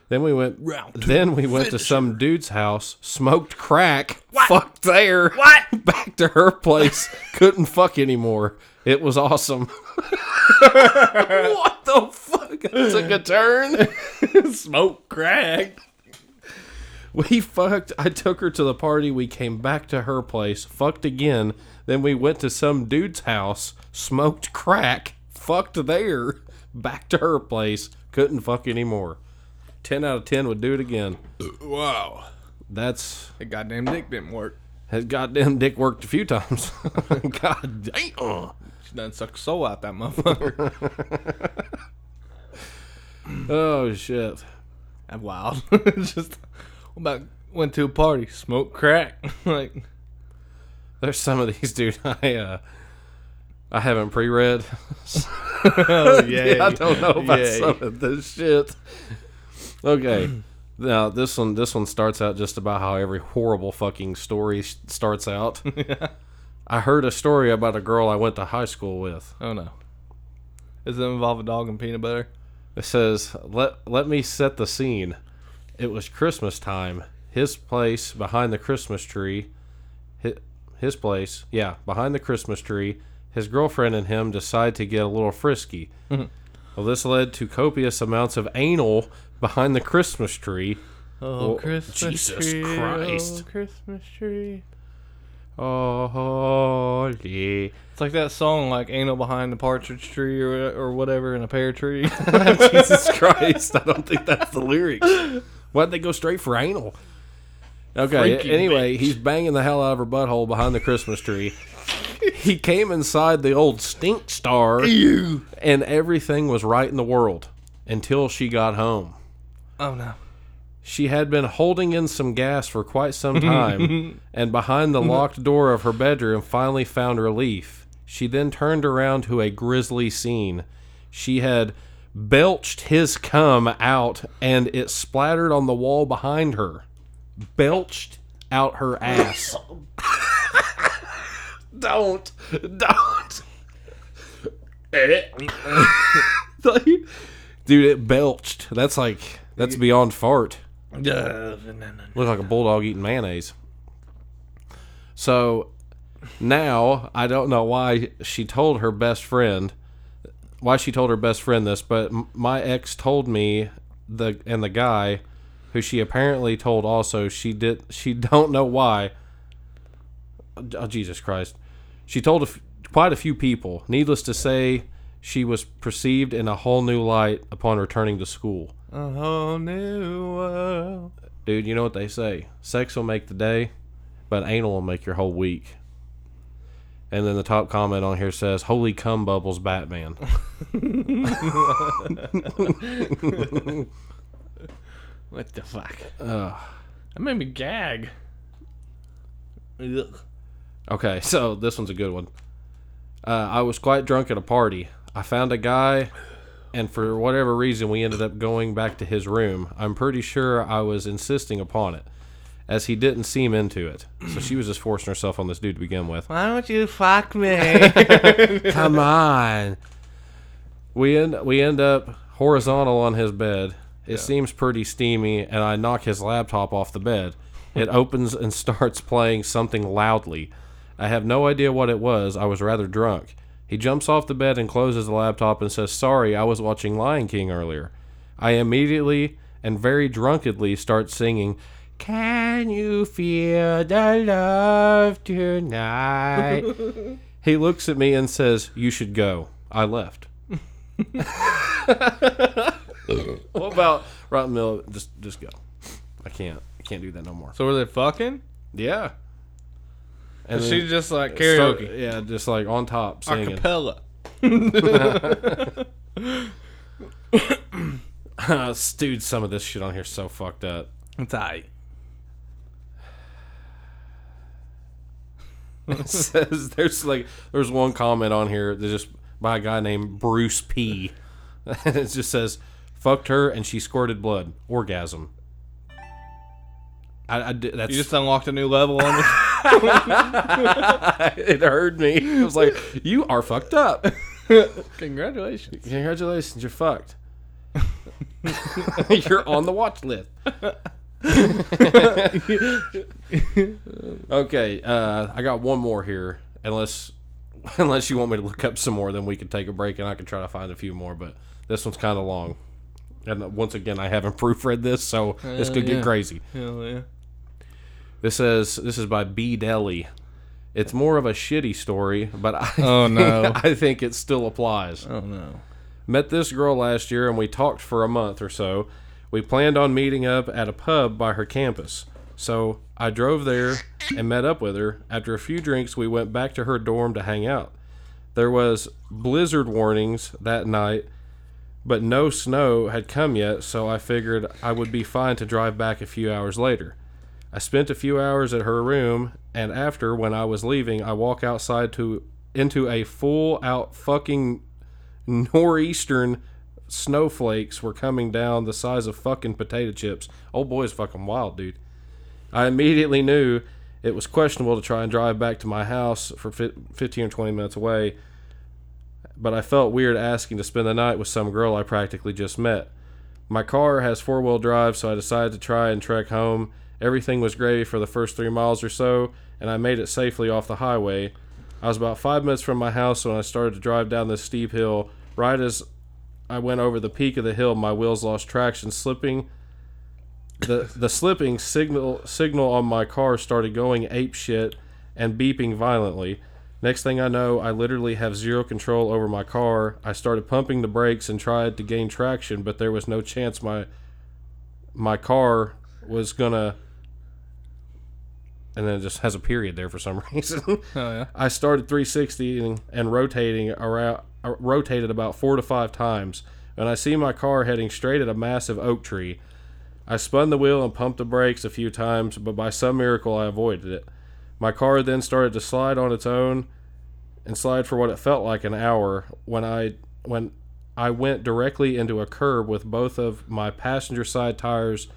Speaker 1: Then we went
Speaker 3: Round two,
Speaker 1: Then we went to some dude's house, smoked crack, fucked there.
Speaker 3: What?
Speaker 1: Back to her place, couldn't fuck anymore. It was awesome. what the fuck? That took a turn.
Speaker 3: Smoke crack.
Speaker 1: We fucked. I took her to the party. We came back to her place, fucked again. Then we went to some dude's house, smoked crack, fucked there, back to her place, couldn't fuck anymore. 10 out of 10 would do it again.
Speaker 3: Wow.
Speaker 1: That's.
Speaker 3: The goddamn dick didn't work.
Speaker 1: His goddamn dick worked a few times. God damn.
Speaker 3: She done sucked soul out that motherfucker.
Speaker 1: Oh, shit.
Speaker 3: That's wild. Just what about went to a party, smoked crack. like
Speaker 1: There's some of these, dude, I, uh, I haven't pre read.
Speaker 3: oh yeah.
Speaker 1: I don't know about
Speaker 3: Yay.
Speaker 1: some of this shit. Okay. Now this one, this one starts out just about how every horrible fucking story s- starts out. I heard a story about a girl I went to high school with.
Speaker 3: Oh no. Does it involve a dog and peanut butter?
Speaker 1: It says, "Let let me set the scene. It was Christmas time. His place behind the Christmas tree. His, his place, yeah, behind the Christmas tree. His girlfriend and him decide to get a little frisky. well, this led to copious amounts of anal behind the Christmas tree.
Speaker 3: Oh
Speaker 1: Well,
Speaker 3: Christmas
Speaker 1: Jesus
Speaker 3: tree.
Speaker 1: Christ.
Speaker 3: Oh, Christmas tree.
Speaker 1: Oh, holy.
Speaker 3: It's like that song like Anal Behind the Partridge Tree or, or whatever in a pear tree.
Speaker 1: Jesus Christ. I don't think that's the lyrics. Why'd they go straight for anal? Okay,
Speaker 3: Freaky
Speaker 1: anyway, he's banging the hell out of her butthole behind the Christmas tree. he came inside the old stink star
Speaker 3: You.
Speaker 1: and everything was right in the world until she got home.
Speaker 3: Oh no.
Speaker 1: She had been holding in some gas for quite some time, and behind the locked door of her bedroom finally found relief. She then turned around to a grisly scene. She had belched his cum out, and it splattered on the wall behind her. Belched out her ass.
Speaker 3: Don't. Don't.
Speaker 1: Dude, it belched. That's like, that's beyond fart.
Speaker 3: no, no, no.
Speaker 1: Looked like a bulldog eating mayonnaise. So now I don't know why she told her best friend why she told her best friend this, but m- my ex told me the and the guy who she apparently told also she did she don't know why. Oh, Jesus Christ. She told a f- quite a few people. Needless to say, she was perceived in a whole new light upon returning to school.
Speaker 3: A whole new world.
Speaker 1: Dude, you know what they say? Sex will make the day, but anal will make your whole week. And then the top comment on here says, "Holy cum bubbles, Batman."
Speaker 3: What the fuck? That made me gag. Ugh.
Speaker 1: Okay, so this one's a good one. Uh, I was quite drunk at a party. I found a guy, and for whatever reason, we ended up going back to his room. I'm pretty sure I was insisting upon it, as he didn't seem into it. So she was just forcing herself on this dude to begin with.
Speaker 3: Why don't you fuck me?
Speaker 1: Come on. We end we end up horizontal on his bed. It seems pretty steamy, and I knock his laptop off the bed. It opens and starts playing something loudly. I have no idea what it was. I was rather drunk. He jumps off the bed and closes the laptop and says, "Sorry, I was watching Lion King earlier." I immediately and very drunkenly start singing, "Can you feel the love tonight?" He looks at me and says, "You should go." I left. what about rotten mill? Just just go. I can't. I can't do that no more.
Speaker 3: so were they fucking?
Speaker 1: Yeah. And
Speaker 3: She's
Speaker 1: then
Speaker 3: just like
Speaker 1: start-
Speaker 3: karaoke,
Speaker 1: yeah, just like on top singing.
Speaker 3: acapella.
Speaker 1: Dude, some of this shit on here is so fucked up.
Speaker 3: It's alright.
Speaker 1: It says there's like there's one comment on here that just by a guy named Bruce P. and it just says fucked her and she squirted blood orgasm. I, I di- that's
Speaker 3: You just unlocked a new level on me.
Speaker 1: it heard me. It was like, you are fucked up.
Speaker 3: Congratulations.
Speaker 1: Congratulations, you're fucked. you're on the watch list. okay, uh, I got one more here. Unless, unless you want me to look up some more, then we can take a break and I can try to find a few more. But this one's kind of long, and uh, once again, I haven't proofread this, so this
Speaker 3: Uh,
Speaker 1: could
Speaker 3: yeah.
Speaker 1: get crazy.
Speaker 3: Hell yeah.
Speaker 1: This says this is by B Deli. It's more of a shitty story, but I
Speaker 3: Oh, no.
Speaker 1: I think it still applies.
Speaker 3: Oh no.
Speaker 1: Met this girl last year and we talked for a month or so. We planned on meeting up at a pub by her campus. So I drove there and met up with her. After a few drinks, we went back to her dorm to hang out. There was blizzard warnings that night, but no snow had come yet, so I figured I would be fine to drive back a few hours later. I spent a few hours at her room, and after when I was leaving, I walk outside to into a full out fucking nor'eastern snowflakes were coming down the size of fucking potato chips. Old boy is fucking wild, dude. I immediately knew it was questionable to try and drive back to my house for fi- 15 or 20 minutes away, but I felt weird asking to spend the night with some girl I practically just met. My car has four wheel drive, so I decided to try and trek home. Everything was gravy for the first three miles or so, and I made it safely off the highway. I was about five minutes from my house when I started to drive down this steep hill. Right as I went over the peak of the hill, my wheels lost traction, slipping. The the slipping signal signal on my car started going ape shit and beeping violently. Next thing I know, I literally have zero control over my car. I started pumping the brakes and tried to gain traction, but there was no chance my my car was gonna and then it just has a period there for some reason.
Speaker 3: Oh yeah.
Speaker 1: I started 360 and, and rotating around, uh, rotated about four to five times. When I see my car heading straight at a massive oak tree, I spun the wheel and pumped the brakes a few times, but by some miracle I avoided it. My car then started to slide on its own and slide for what it felt like an hour when I when I went directly into a curb with both of my passenger side tires.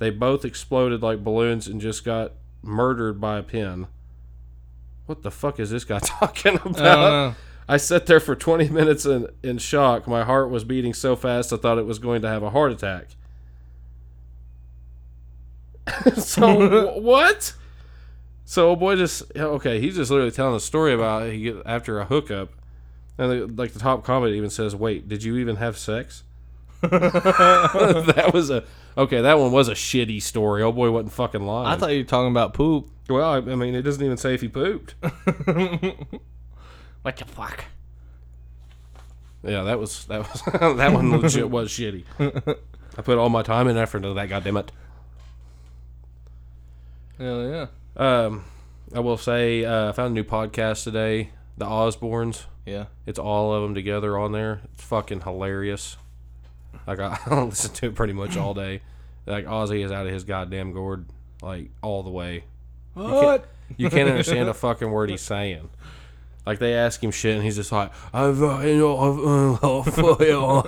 Speaker 1: They both exploded like balloons and just got murdered by a pin. What the fuck is this guy talking about?
Speaker 3: I don't know.
Speaker 1: I sat there for 20 minutes in, in shock. My heart was beating so fast I thought it was going to have a heart attack. so, wh- what? So, old boy just, yeah, okay, he's just literally telling a story about he get, after a hookup. And the, like the top comment even says, wait, did you even have sex? that was a, okay, that one was a shitty story. Old boy wasn't fucking lying.
Speaker 3: I thought you were talking about poop.
Speaker 1: well, I, I mean, it doesn't even say if he pooped.
Speaker 3: What the fuck?
Speaker 1: Yeah, that was that was that one legit was shitty. I put all my time and effort into that. Goddamn it.
Speaker 3: Hell yeah.
Speaker 1: Um, I will say uh, I found a new podcast today. The Osbournes.
Speaker 3: Yeah.
Speaker 1: It's all of them together on there. It's fucking hilarious. Like I, I listen to it pretty much all day. Like Ozzy is out of his goddamn gourd, like all the way.
Speaker 3: What?
Speaker 1: You can't understand a fucking word he's saying. Like they ask him shit, and he's just like, "I've, uh, you know, I've, uh, for you."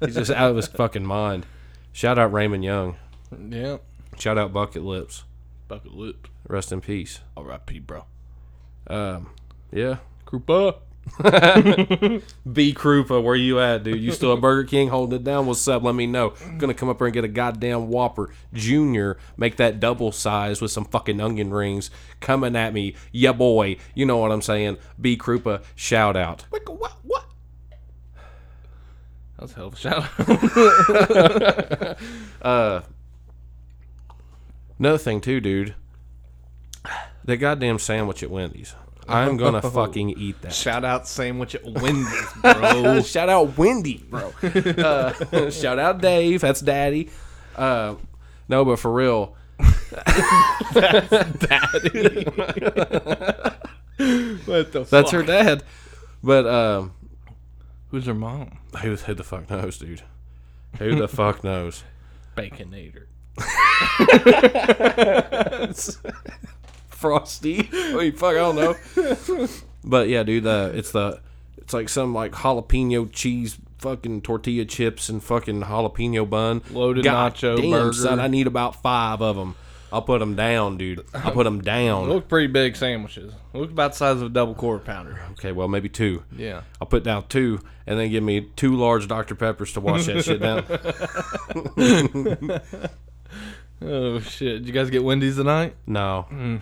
Speaker 1: he's just out of his fucking mind. Shout out Raymond Young.
Speaker 3: Yeah.
Speaker 1: Shout out Bucket Lips.
Speaker 3: Bucket lip.
Speaker 1: Rest in peace.
Speaker 3: R.I.P. Bro.
Speaker 1: Um, yeah.
Speaker 3: Group up.
Speaker 1: B Krupa, where you at, dude? You still at Burger King holding it down? What's up? Let me know. I'm gonna come up here and get a goddamn Whopper Junior. Make that double size with some fucking onion rings coming at me. Yeah, boy. You know what I'm saying? B Krupa, shout out.
Speaker 3: What? What? That was a hell of a shout out.
Speaker 1: Another thing too, dude. The goddamn sandwich at Wendy's. I'm gonna fucking eat that. Uh,
Speaker 3: shout out sandwich at Wendy's, bro.
Speaker 1: shout out Wendy, bro. Uh, shout out Dave. That's Daddy. Uh, no, but for real,
Speaker 3: what the
Speaker 1: that's her dad. But um,
Speaker 3: Who's her mom?
Speaker 1: who, who the fuck knows, dude? Who the fuck knows?
Speaker 3: Baconator.
Speaker 1: Frosty. I mean, fuck, I don't know. but yeah, dude, uh, it's the it's like some like jalapeno cheese fucking tortilla chips and fucking jalapeno bun
Speaker 3: Loaded nacho
Speaker 1: damn,
Speaker 3: burger.
Speaker 1: Son, I need about five of them. I'll put them down, dude. I'll put them down.
Speaker 3: Look pretty big sandwiches. Look about the size of a double quarter pounder.
Speaker 1: Okay, well maybe two.
Speaker 3: Yeah.
Speaker 1: I'll put down two, and then give me two large Dr Peppers to wash that shit down.
Speaker 3: Oh shit! Did you guys get Wendy's tonight?
Speaker 1: No,
Speaker 3: Mm.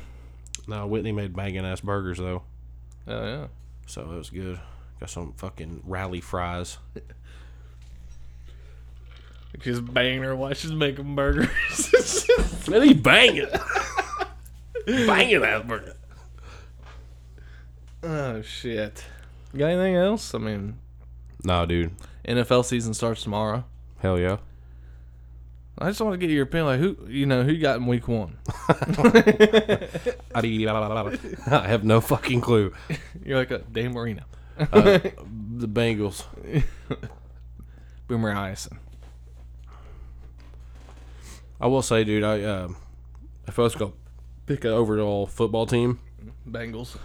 Speaker 1: no. Whitney made banging ass burgers though,
Speaker 3: Oh yeah.
Speaker 1: so it was good. Got some fucking rally fries.
Speaker 3: She's banging her while she's making burgers.
Speaker 1: Really banging, banging ass burger.
Speaker 3: oh shit! You got anything else? I mean,
Speaker 1: No, dude.
Speaker 3: NFL season starts tomorrow.
Speaker 1: Hell yeah.
Speaker 3: I just want to get your opinion. Like, who you know who you got in week one?
Speaker 1: I have no fucking clue.
Speaker 3: You're like a Dan Marino,
Speaker 1: The Bengals.
Speaker 3: Boomer Hyason.
Speaker 1: I will say, dude. I um, if I was gonna pick an overall football team,
Speaker 3: Bengals,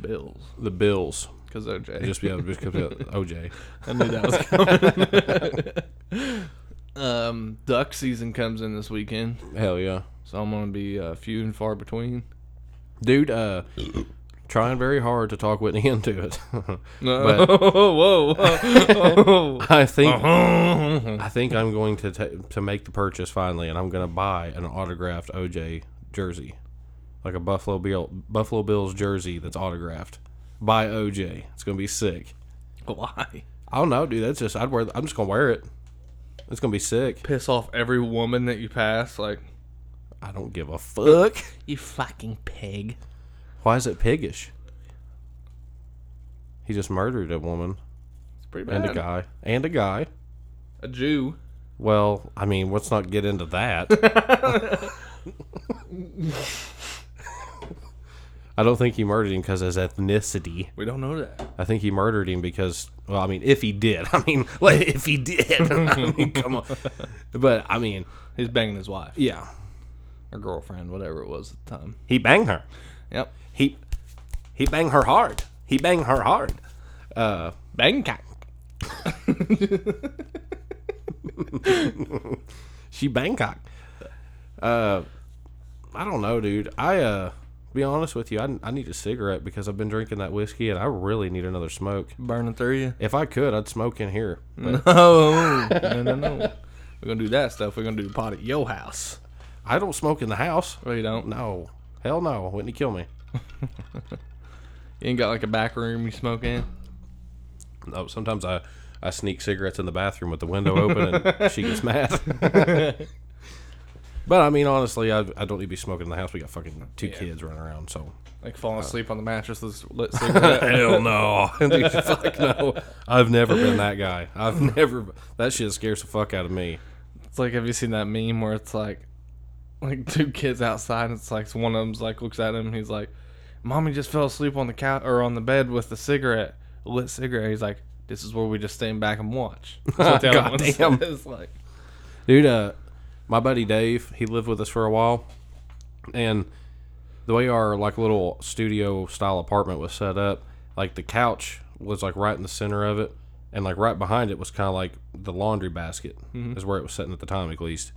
Speaker 3: Bills,
Speaker 1: the Bills.
Speaker 3: because OJ.
Speaker 1: Just be able to just come to OJ.
Speaker 3: I knew that was coming. um, duck season comes in this weekend,
Speaker 1: Hell yeah.
Speaker 3: so I'm gonna be uh, few and far between.
Speaker 1: dude uh trying very hard to talk whitney into it
Speaker 3: No, whoa, whoa.
Speaker 1: i
Speaker 3: Uh-huh.
Speaker 1: think i think i'm going to ta- to make the purchase finally and i'm going to buy an autographed oj jersey like a buffalo bill buffalo bills jersey that's autographed by oj it's going to be sick
Speaker 3: Why?
Speaker 1: i don't know dude that's just i'd wear i'm just going to wear it it's going to be sick
Speaker 3: Piss off every woman that you pass. Like,
Speaker 1: i don't give a fuck
Speaker 3: you fucking pig.
Speaker 1: why is it piggish he just murdered a woman
Speaker 3: It's pretty bad.
Speaker 1: and a guy and a guy
Speaker 3: A Jew.
Speaker 1: Well, I mean, let's not get into that. I don't think he murdered him because of his ethnicity.
Speaker 3: We don't know that.
Speaker 1: I think he murdered him because, well, I mean, if he did, I mean, like, if he did, I mean, come on. But I mean,
Speaker 3: He's banging his wife
Speaker 1: yeah,
Speaker 3: or girlfriend, whatever it was at the time.
Speaker 1: he banged her.
Speaker 3: Yep.
Speaker 1: He he banged her hard. He banged her hard. Uh,
Speaker 3: Bang cock.
Speaker 1: she Bangkok. Uh, I don't know, dude. I uh, be honest with you, I, I need a cigarette because I've been drinking that whiskey and I really need another smoke.
Speaker 3: Burning through you.
Speaker 1: If I could, I'd smoke in here.
Speaker 3: No. no, no, no. We're going to do that stuff. We're going to do the pot at your house.
Speaker 1: I don't smoke in the house.
Speaker 3: Well, you don't.
Speaker 1: No, hell no. Wouldn't he kill me?
Speaker 3: You ain't got like a back room you smoke in.
Speaker 1: No, sometimes I, I sneak cigarettes in the bathroom with the window open and she gets mad. but I mean, honestly, I, I don't need to be smoking in the house. We got fucking two kids running around, so.
Speaker 3: Like falling asleep on the mattress with a lit cigarette.
Speaker 1: Hell no. Dude, fuck no. I've never been that guy. I've never. That shit scares the fuck out of me.
Speaker 3: It's like, have you seen that meme where it's like, like two kids outside, and it's like one of them's like looks at him, and he's like, "Mommy just fell asleep on the couch or on the bed with a cigarette, a lit cigarette." He's like, "This is where we just stand back and watch." That's what the other
Speaker 1: God
Speaker 3: one
Speaker 1: damn.
Speaker 3: says, like,
Speaker 1: Dude, uh, my buddy Dave, he lived with us for a while. And the way our like little studio style apartment was set up, like the couch was like right in the center of it, and like right behind it was kind of like the laundry basket is where it was sitting at the time, at least.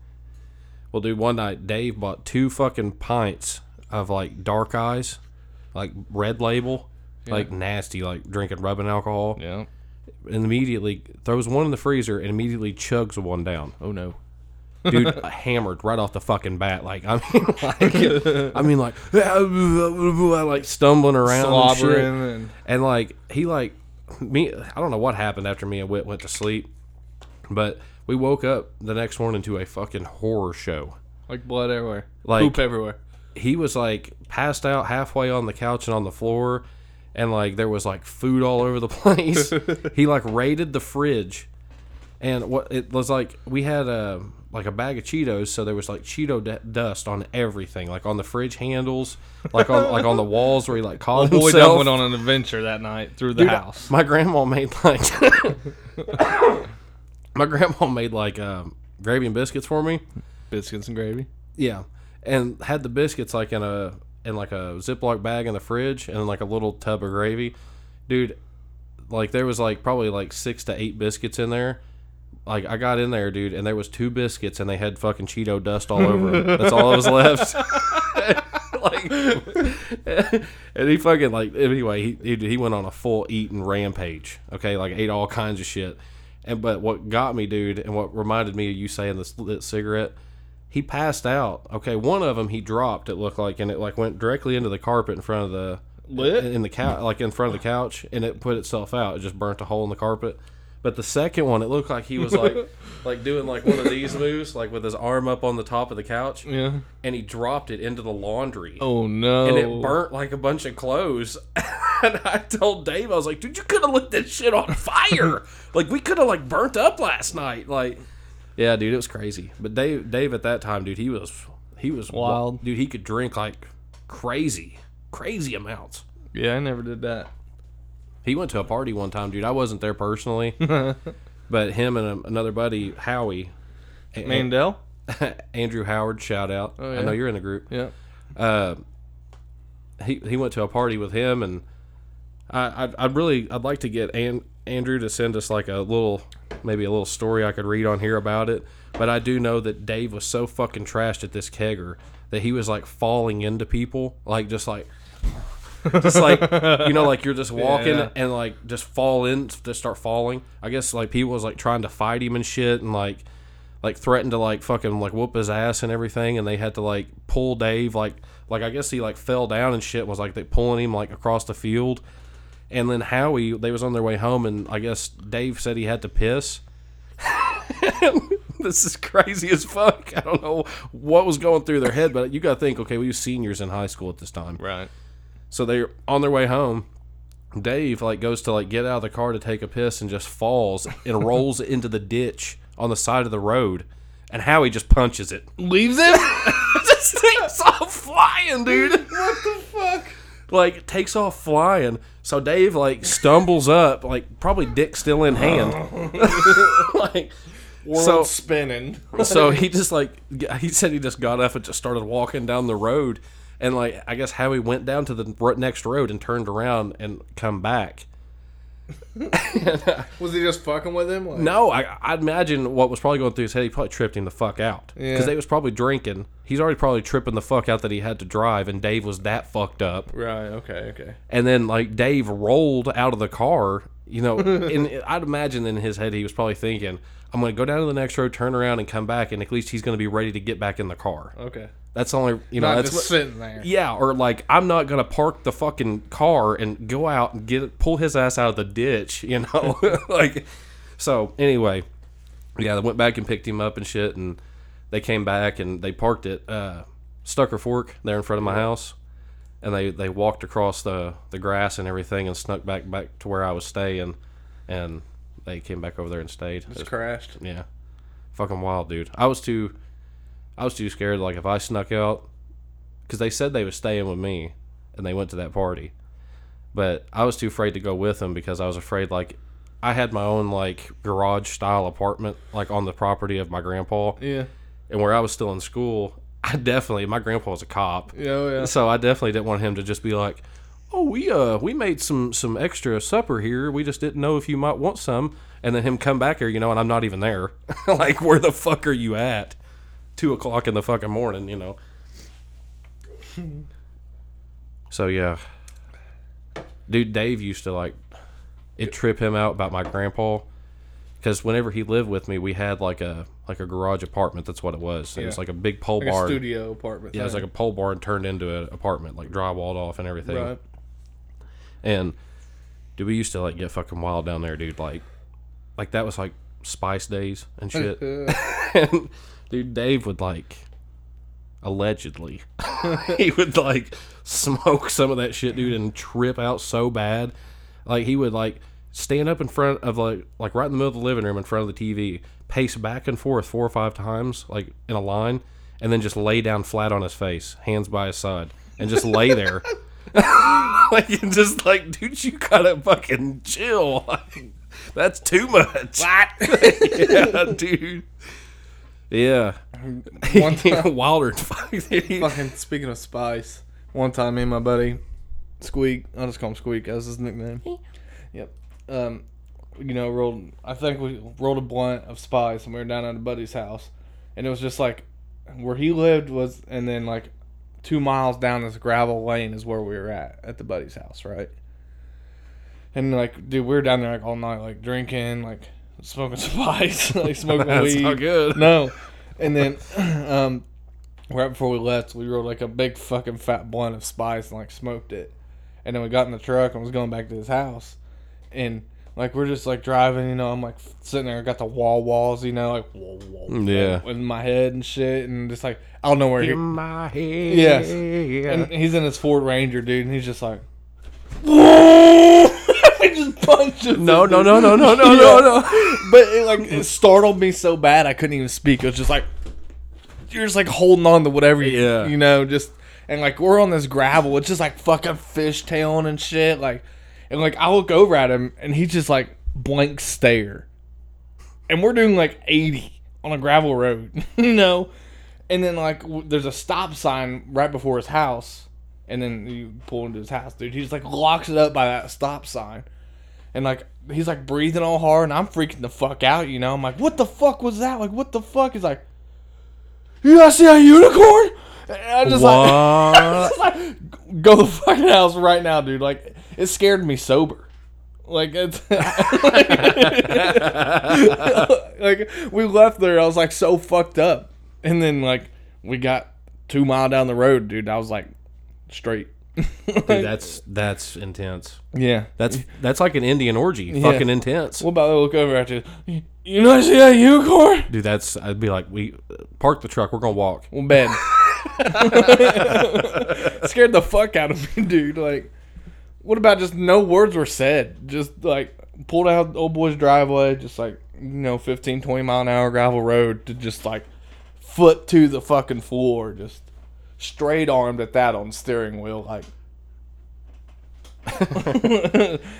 Speaker 1: Well, dude, one night Dave bought two fucking pints of like dark eyes, like red label, like nasty, like drinking rubbing alcohol,
Speaker 3: yeah,
Speaker 1: and immediately throws one in the freezer and immediately chugs one down
Speaker 3: oh no,
Speaker 1: dude uh, hammered right off the fucking bat like i mean like i mean like like stumbling around and, shit.
Speaker 3: slobbering and
Speaker 1: And, like he like me i don't know what happened after me and whit went to sleep but we woke up the next morning to a fucking horror show
Speaker 3: like blood everywhere,
Speaker 1: Like-
Speaker 3: poop everywhere.
Speaker 1: he was like passed out halfway on the couch and on the floor and like there was like food all over the place he like raided the fridge and what it was like we had a like a bag of cheetos so there was like cheeto d- dust on everything like on the fridge handles like on like on the walls where he like called
Speaker 3: Boy,
Speaker 1: himself
Speaker 3: done went on an adventure that night through the
Speaker 1: Dude,
Speaker 3: house.
Speaker 1: My grandma made like my grandma made like um, gravy and biscuits for me.
Speaker 3: Biscuits and gravy.
Speaker 1: Yeah, and had the biscuits like in a in like a Ziploc bag in the fridge and like a little tub of gravy, dude. Like there was like probably like six to eight biscuits in there. Like I got in there, dude, and there was two biscuits and they had fucking Cheeto dust all over them. That's all that was left. like, and he fucking like anyway he, he he went on a full eating rampage. Okay, like ate all kinds of shit. And but what got me, dude, and what reminded me of you saying this lit cigarette he passed out. Okay, one of them he dropped. It looked like, and it like went directly into the carpet in front of the
Speaker 3: Lit?
Speaker 1: in the couch, like in front of the couch, and it put itself out. It just burnt a hole in the carpet. But the second one, it looked like he was like like doing like one of these moves, like with his arm up on the top of the couch,
Speaker 3: Yeah.
Speaker 1: and he dropped it into the laundry.
Speaker 3: Oh no.
Speaker 1: And it burnt like a bunch of clothes. and I told Dave, I was like, dude, you could have lit this shit on fire. like we could have like burnt up last night. Like Yeah, dude, it was crazy. But Dave Dave at that time, dude, he was he was wi-
Speaker 3: Wild.
Speaker 1: Dude, he could drink like crazy, crazy amounts.
Speaker 3: Yeah, I never did that.
Speaker 1: He went to a party one time, dude. I wasn't there personally. but him and a, another buddy, Howie, a-
Speaker 3: Mandel.
Speaker 1: Andrew Howard, shout out.
Speaker 3: Oh,
Speaker 1: I
Speaker 3: yeah?
Speaker 1: know you're in the group.
Speaker 3: Yeah.
Speaker 1: uh, he he went to a party with him, and I I'd, I'd really I'd like to get An- Andrew to send us like a little maybe a little story I could read on here about it. But I do know that Dave was so fucking trashed at this kegger that he was like falling into people, like just like. just like you know, like you're just walking
Speaker 3: Yeah.
Speaker 1: and like just fall in, just start falling. I guess like people was like trying to fight him and shit, and like like threatened to like fucking like whoop his ass and everything and they had to like pull Dave like like I guess he like fell down and shit was like they pulling him like across the field and then Howie they was on their way home and I guess Dave said he had to piss this is crazy as fuck I don't know what was going through their head but you got to think okay we were seniors in high school at this time
Speaker 3: Right.
Speaker 1: so they're on their way home. Dave like goes to like get out of the car to take a piss and just falls and rolls into the ditch on the side of the road. And Howie just punches it.
Speaker 3: Leaves it.
Speaker 1: just takes off flying, dude.
Speaker 3: What the fuck?
Speaker 1: like takes off flying. So Dave like stumbles up, like probably dick still in
Speaker 3: Uh-huh.
Speaker 1: hand. like
Speaker 3: World
Speaker 1: So-
Speaker 3: spinning.
Speaker 1: so he just like g- he said he just got up and just started walking down the road and like i guess how he went down to the r- next road and turned around and come back
Speaker 3: Was he just fucking with him? Like,
Speaker 1: no i i imagine what was probably going through his head he probably tripped him the fuck out because
Speaker 3: Yeah.
Speaker 1: they was probably drinking he's already probably tripping the fuck out that he had to drive and dave was that fucked up
Speaker 3: Right. Okay. Okay.
Speaker 1: and then like Dave rolled out of the car, you know, and I'd imagine in his head he was probably thinking, "I'm going to go down to the next road, turn around, and come back, and at least he's going to be ready to get back in the car."
Speaker 3: Okay.
Speaker 1: That's the only you know
Speaker 3: Not
Speaker 1: that's
Speaker 3: just
Speaker 1: what-
Speaker 3: sitting there.
Speaker 1: yeah, or like I'm not going to park the fucking car and go out and get pull his ass out of the ditch, you know, like so anyway, yeah, they went back and picked him up and shit, and they came back and they parked at uh, Stucker Fork there in front of my house, and they, they walked across the, the grass and everything and snuck back back to where I was staying, and they came back over there and stayed. It
Speaker 3: Just
Speaker 1: was-
Speaker 3: crashed.
Speaker 1: yeah, fucking wild, dude. I was too, I was too scared. Like if I snuck out, because they said they was staying with me, and they went to that party, but I was too afraid to go with them because I was afraid like. I had my own like garage style apartment like on the property of my grandpa
Speaker 3: Yeah.
Speaker 1: and where I was still in school, I definitely my grandpa was a cop,
Speaker 3: Yeah. oh, Yeah.
Speaker 1: so I definitely didn't want him to just be like, "Oh, we uh we made some some extra supper here. We just didn't know if you might want some." And then him come back here, you know, and I'm not even there. like, where the fuck are you at? Two o'clock in the fucking morning, you know. so yeah, dude, Dave used to like it trip him out about my grandpa because whenever he lived with me, we had like a like a garage apartment. That's what it was. It was
Speaker 3: Yeah.
Speaker 1: like a big pole
Speaker 3: Like a
Speaker 1: barn.
Speaker 3: studio apartment.
Speaker 1: Yeah, it was like a pole barn turned into an apartment, like drywalled off and everything.
Speaker 3: Right.
Speaker 1: And dude, we used to like get fucking wild down there, dude. Like, like that was like Spice Days and shit. and dude, Dave would like allegedly, he would like smoke some of that shit, dude, and trip out so bad. Like he would like stand up in front of like like right in the middle of the living room in front of the TV, pace back and forth four or five times, like in a line, and then just lay down flat on his face, hands by his side, and just lay there. like and just like, dude, you gotta fucking chill. Like, that's too much. yeah, dude. Yeah.
Speaker 3: One time-
Speaker 1: Wilder fuck, dude.
Speaker 3: Fucking speaking of spice, one time me and my buddy Squeak, I'll just call him Squeak as his nickname. Yep. Um, you know, rolled. I think we rolled a blunt of spice, and we were down at a buddy's house, and it was just like where he lived was, and then like two miles down this gravel lane is where we were at at the buddy's house, right? And like, dude, we were down there like all night, like drinking, like smoking spice, like smoking
Speaker 1: That's
Speaker 3: weed.
Speaker 1: not good.
Speaker 3: No. And then um right before we left, we rolled like a big fucking fat blunt of spice and like smoked it. And then we got in the truck and was going back to his house. And like we're just like driving, you know, I'm like sitting there, got the wall walls, you know, like whoa, whoa, whoa
Speaker 1: Mm, Yeah.
Speaker 3: in my head and shit and just like I don't know where he
Speaker 1: In my head.
Speaker 3: Yes. and he's in his Ford Ranger, dude, and he's just like Whoa He just punches
Speaker 1: no,
Speaker 3: it,
Speaker 1: no,
Speaker 3: dude.
Speaker 1: no, no, no, no,
Speaker 3: Yeah.
Speaker 1: no, no.
Speaker 3: But it like it startled me so bad I couldn't even speak. It was just like you're just like holding on to whatever you,
Speaker 1: Yeah.
Speaker 3: you know, just and like we're on this gravel, it's just like fucking fishtailing and shit. Like and like I look over at him and he's just like blank stare. And we're doing like eighty on a gravel road, you know? And then like w- there's a stop sign right before his house. And then you pull into his house, dude. He just like locks it up by that stop sign and like he's like breathing all hard, and I'm freaking the fuck out, you know. I'm like, what the fuck was that? Like, what the fuck? He's like, you guys see a unicorn? And I just like,
Speaker 1: What?
Speaker 3: just like, go the fucking house right now, dude. Like, it scared me sober. Like it's like we left there. I was like so fucked up, and then like we got two mile down the road, dude. I was like straight.
Speaker 1: Dude, that's that's intense.
Speaker 3: yeah,
Speaker 1: That's that's like an Indian orgy. Fucking intense.
Speaker 3: What about I look over at you? "You- You know, I see that unicorn.
Speaker 1: Dude, that's I'd be like, we park the truck. We're gonna walk.
Speaker 3: Well, bed. Scared the fuck out of me, dude. Like, what about just no words were said? Just like pulled out old boy's driveway, just like, you know, 15, 20 mile an hour gravel road to just like foot to the fucking floor, just straight armed at that on steering wheel. Like,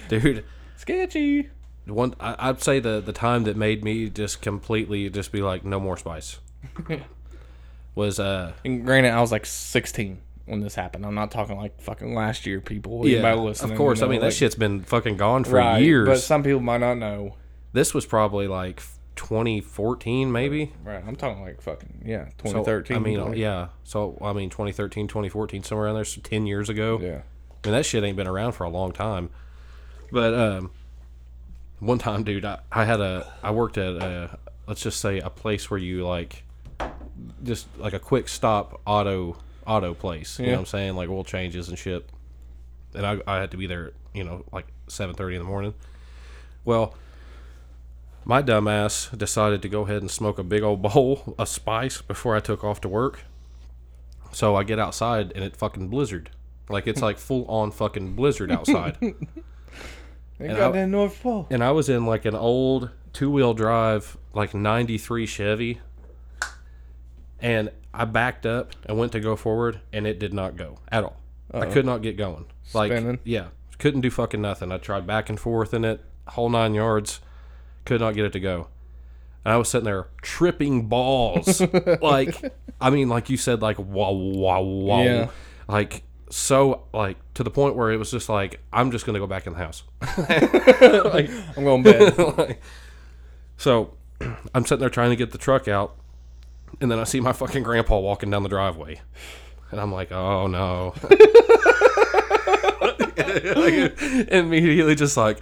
Speaker 1: dude.
Speaker 3: Sketchy.
Speaker 1: One, I, I'd say the the time that made me just completely just be like, no more spice. was uh
Speaker 3: And granted, I was like 16 when this happened. I'm not talking like fucking last year, people.
Speaker 1: yeah,
Speaker 3: Anybody listening,
Speaker 1: of course.
Speaker 3: you
Speaker 1: I
Speaker 3: know,
Speaker 1: mean
Speaker 3: like-
Speaker 1: that shit's been fucking gone for
Speaker 3: right,
Speaker 1: years.
Speaker 3: But some people might not know.
Speaker 1: this was probably like 2014 maybe
Speaker 3: Right. I'm talking like fucking, yeah,
Speaker 1: So,
Speaker 3: 2013.
Speaker 1: i mean
Speaker 3: like-
Speaker 1: yeah so i mean 2013 2014 somewhere around there so 10 years ago
Speaker 3: Yeah.
Speaker 1: i mean that shit ain't been around for a long time but um one time dude i, I had a i worked at a let's just say a place where you like just like a quick stop auto auto place you know
Speaker 3: Yeah.
Speaker 1: what i'm saying like oil changes and shit and i, I had to be there you know like 7.30 in the morning well my dumbass decided to go ahead and smoke a big old bowl of spice before I took off to work. So I get outside and it fucking blizzard. Like it's like full on fucking blizzard outside.
Speaker 3: They
Speaker 1: And
Speaker 3: got
Speaker 1: I-
Speaker 3: that North Pole.
Speaker 1: and I was in like an old two wheel drive, like 93 Chevy. And I backed up and went to go forward and it did not go at all. I could not get going. Like,
Speaker 3: Uh-huh. Spinning?
Speaker 1: yeah, couldn't do fucking nothing. I tried back and forth in it, whole nine yards, could not get it to go. And I was sitting there tripping balls. like, I mean, like you said, like, wow, wow, wow.
Speaker 3: Yeah.
Speaker 1: Like, so, like, to the point where it was just like, I'm just going to go back in the house.
Speaker 3: I'm going bed.
Speaker 1: Like, so I'm sitting there trying to get the truck out, and then I see my fucking grandpa walking down the driveway. And I'm like, oh no. Like, immediately just like,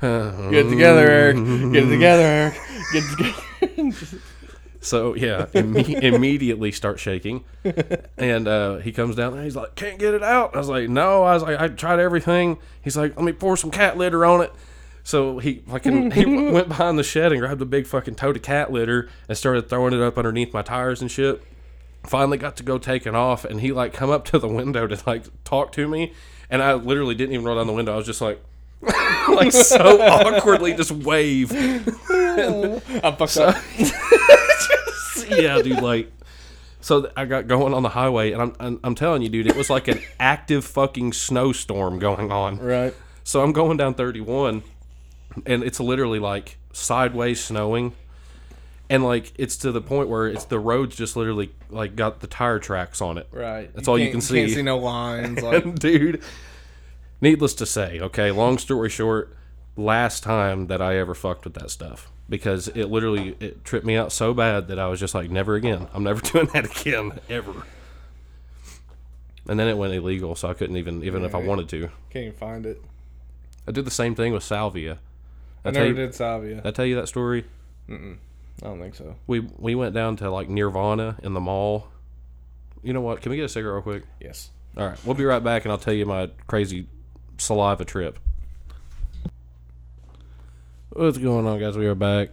Speaker 3: Get it together, Eric. Get it together, Eric. Get it together.
Speaker 1: so yeah, imme- immediately start shaking. And uh, he comes down there, he's like, can't get it out. I was like, no. I was like, I tried everything. He's like, let me pour some cat litter on it. So he fucking he w- went behind the shed and grabbed a big fucking tote of cat litter and started throwing it up underneath my tires and shit. Finally got to go taking off and he like come up to the window to like talk to me and I literally didn't even roll down the window. I was just like like so awkwardly just wave.
Speaker 3: I'm fucked up.
Speaker 1: yeah, dude. Like, so th- I got going on the highway, and I'm, I'm I'm telling you, dude, it was like an active fucking snowstorm going on.
Speaker 3: Right.
Speaker 1: So I'm going down 31, and it's literally like sideways snowing, and like it's to the point where it's the roads just literally like got the tire tracks on it.
Speaker 3: Right.
Speaker 1: That's all you
Speaker 3: can't-
Speaker 1: can
Speaker 3: Can't
Speaker 1: see.
Speaker 3: see no lines. Like,
Speaker 1: dude. Needless to say, okay, long story short, last time that I ever fucked with that stuff because it literally it tripped me out so bad that I was just like never again. I'm never doing that again ever. And then it went illegal, so I couldn't even even if I wanted to.
Speaker 3: can't even find it.
Speaker 1: I did the same thing with salvia.
Speaker 3: I
Speaker 1: tell
Speaker 3: never
Speaker 1: you-
Speaker 3: did Savia.
Speaker 1: Did I tell you that story?
Speaker 3: I don't think so.
Speaker 1: We we went down to like Nirvana in the mall. You know what? Can we get a cigarette real quick?
Speaker 3: Yes.
Speaker 1: All right, we'll be right back, and I'll tell you my crazy saliva trip. What's going on, guys? We are back.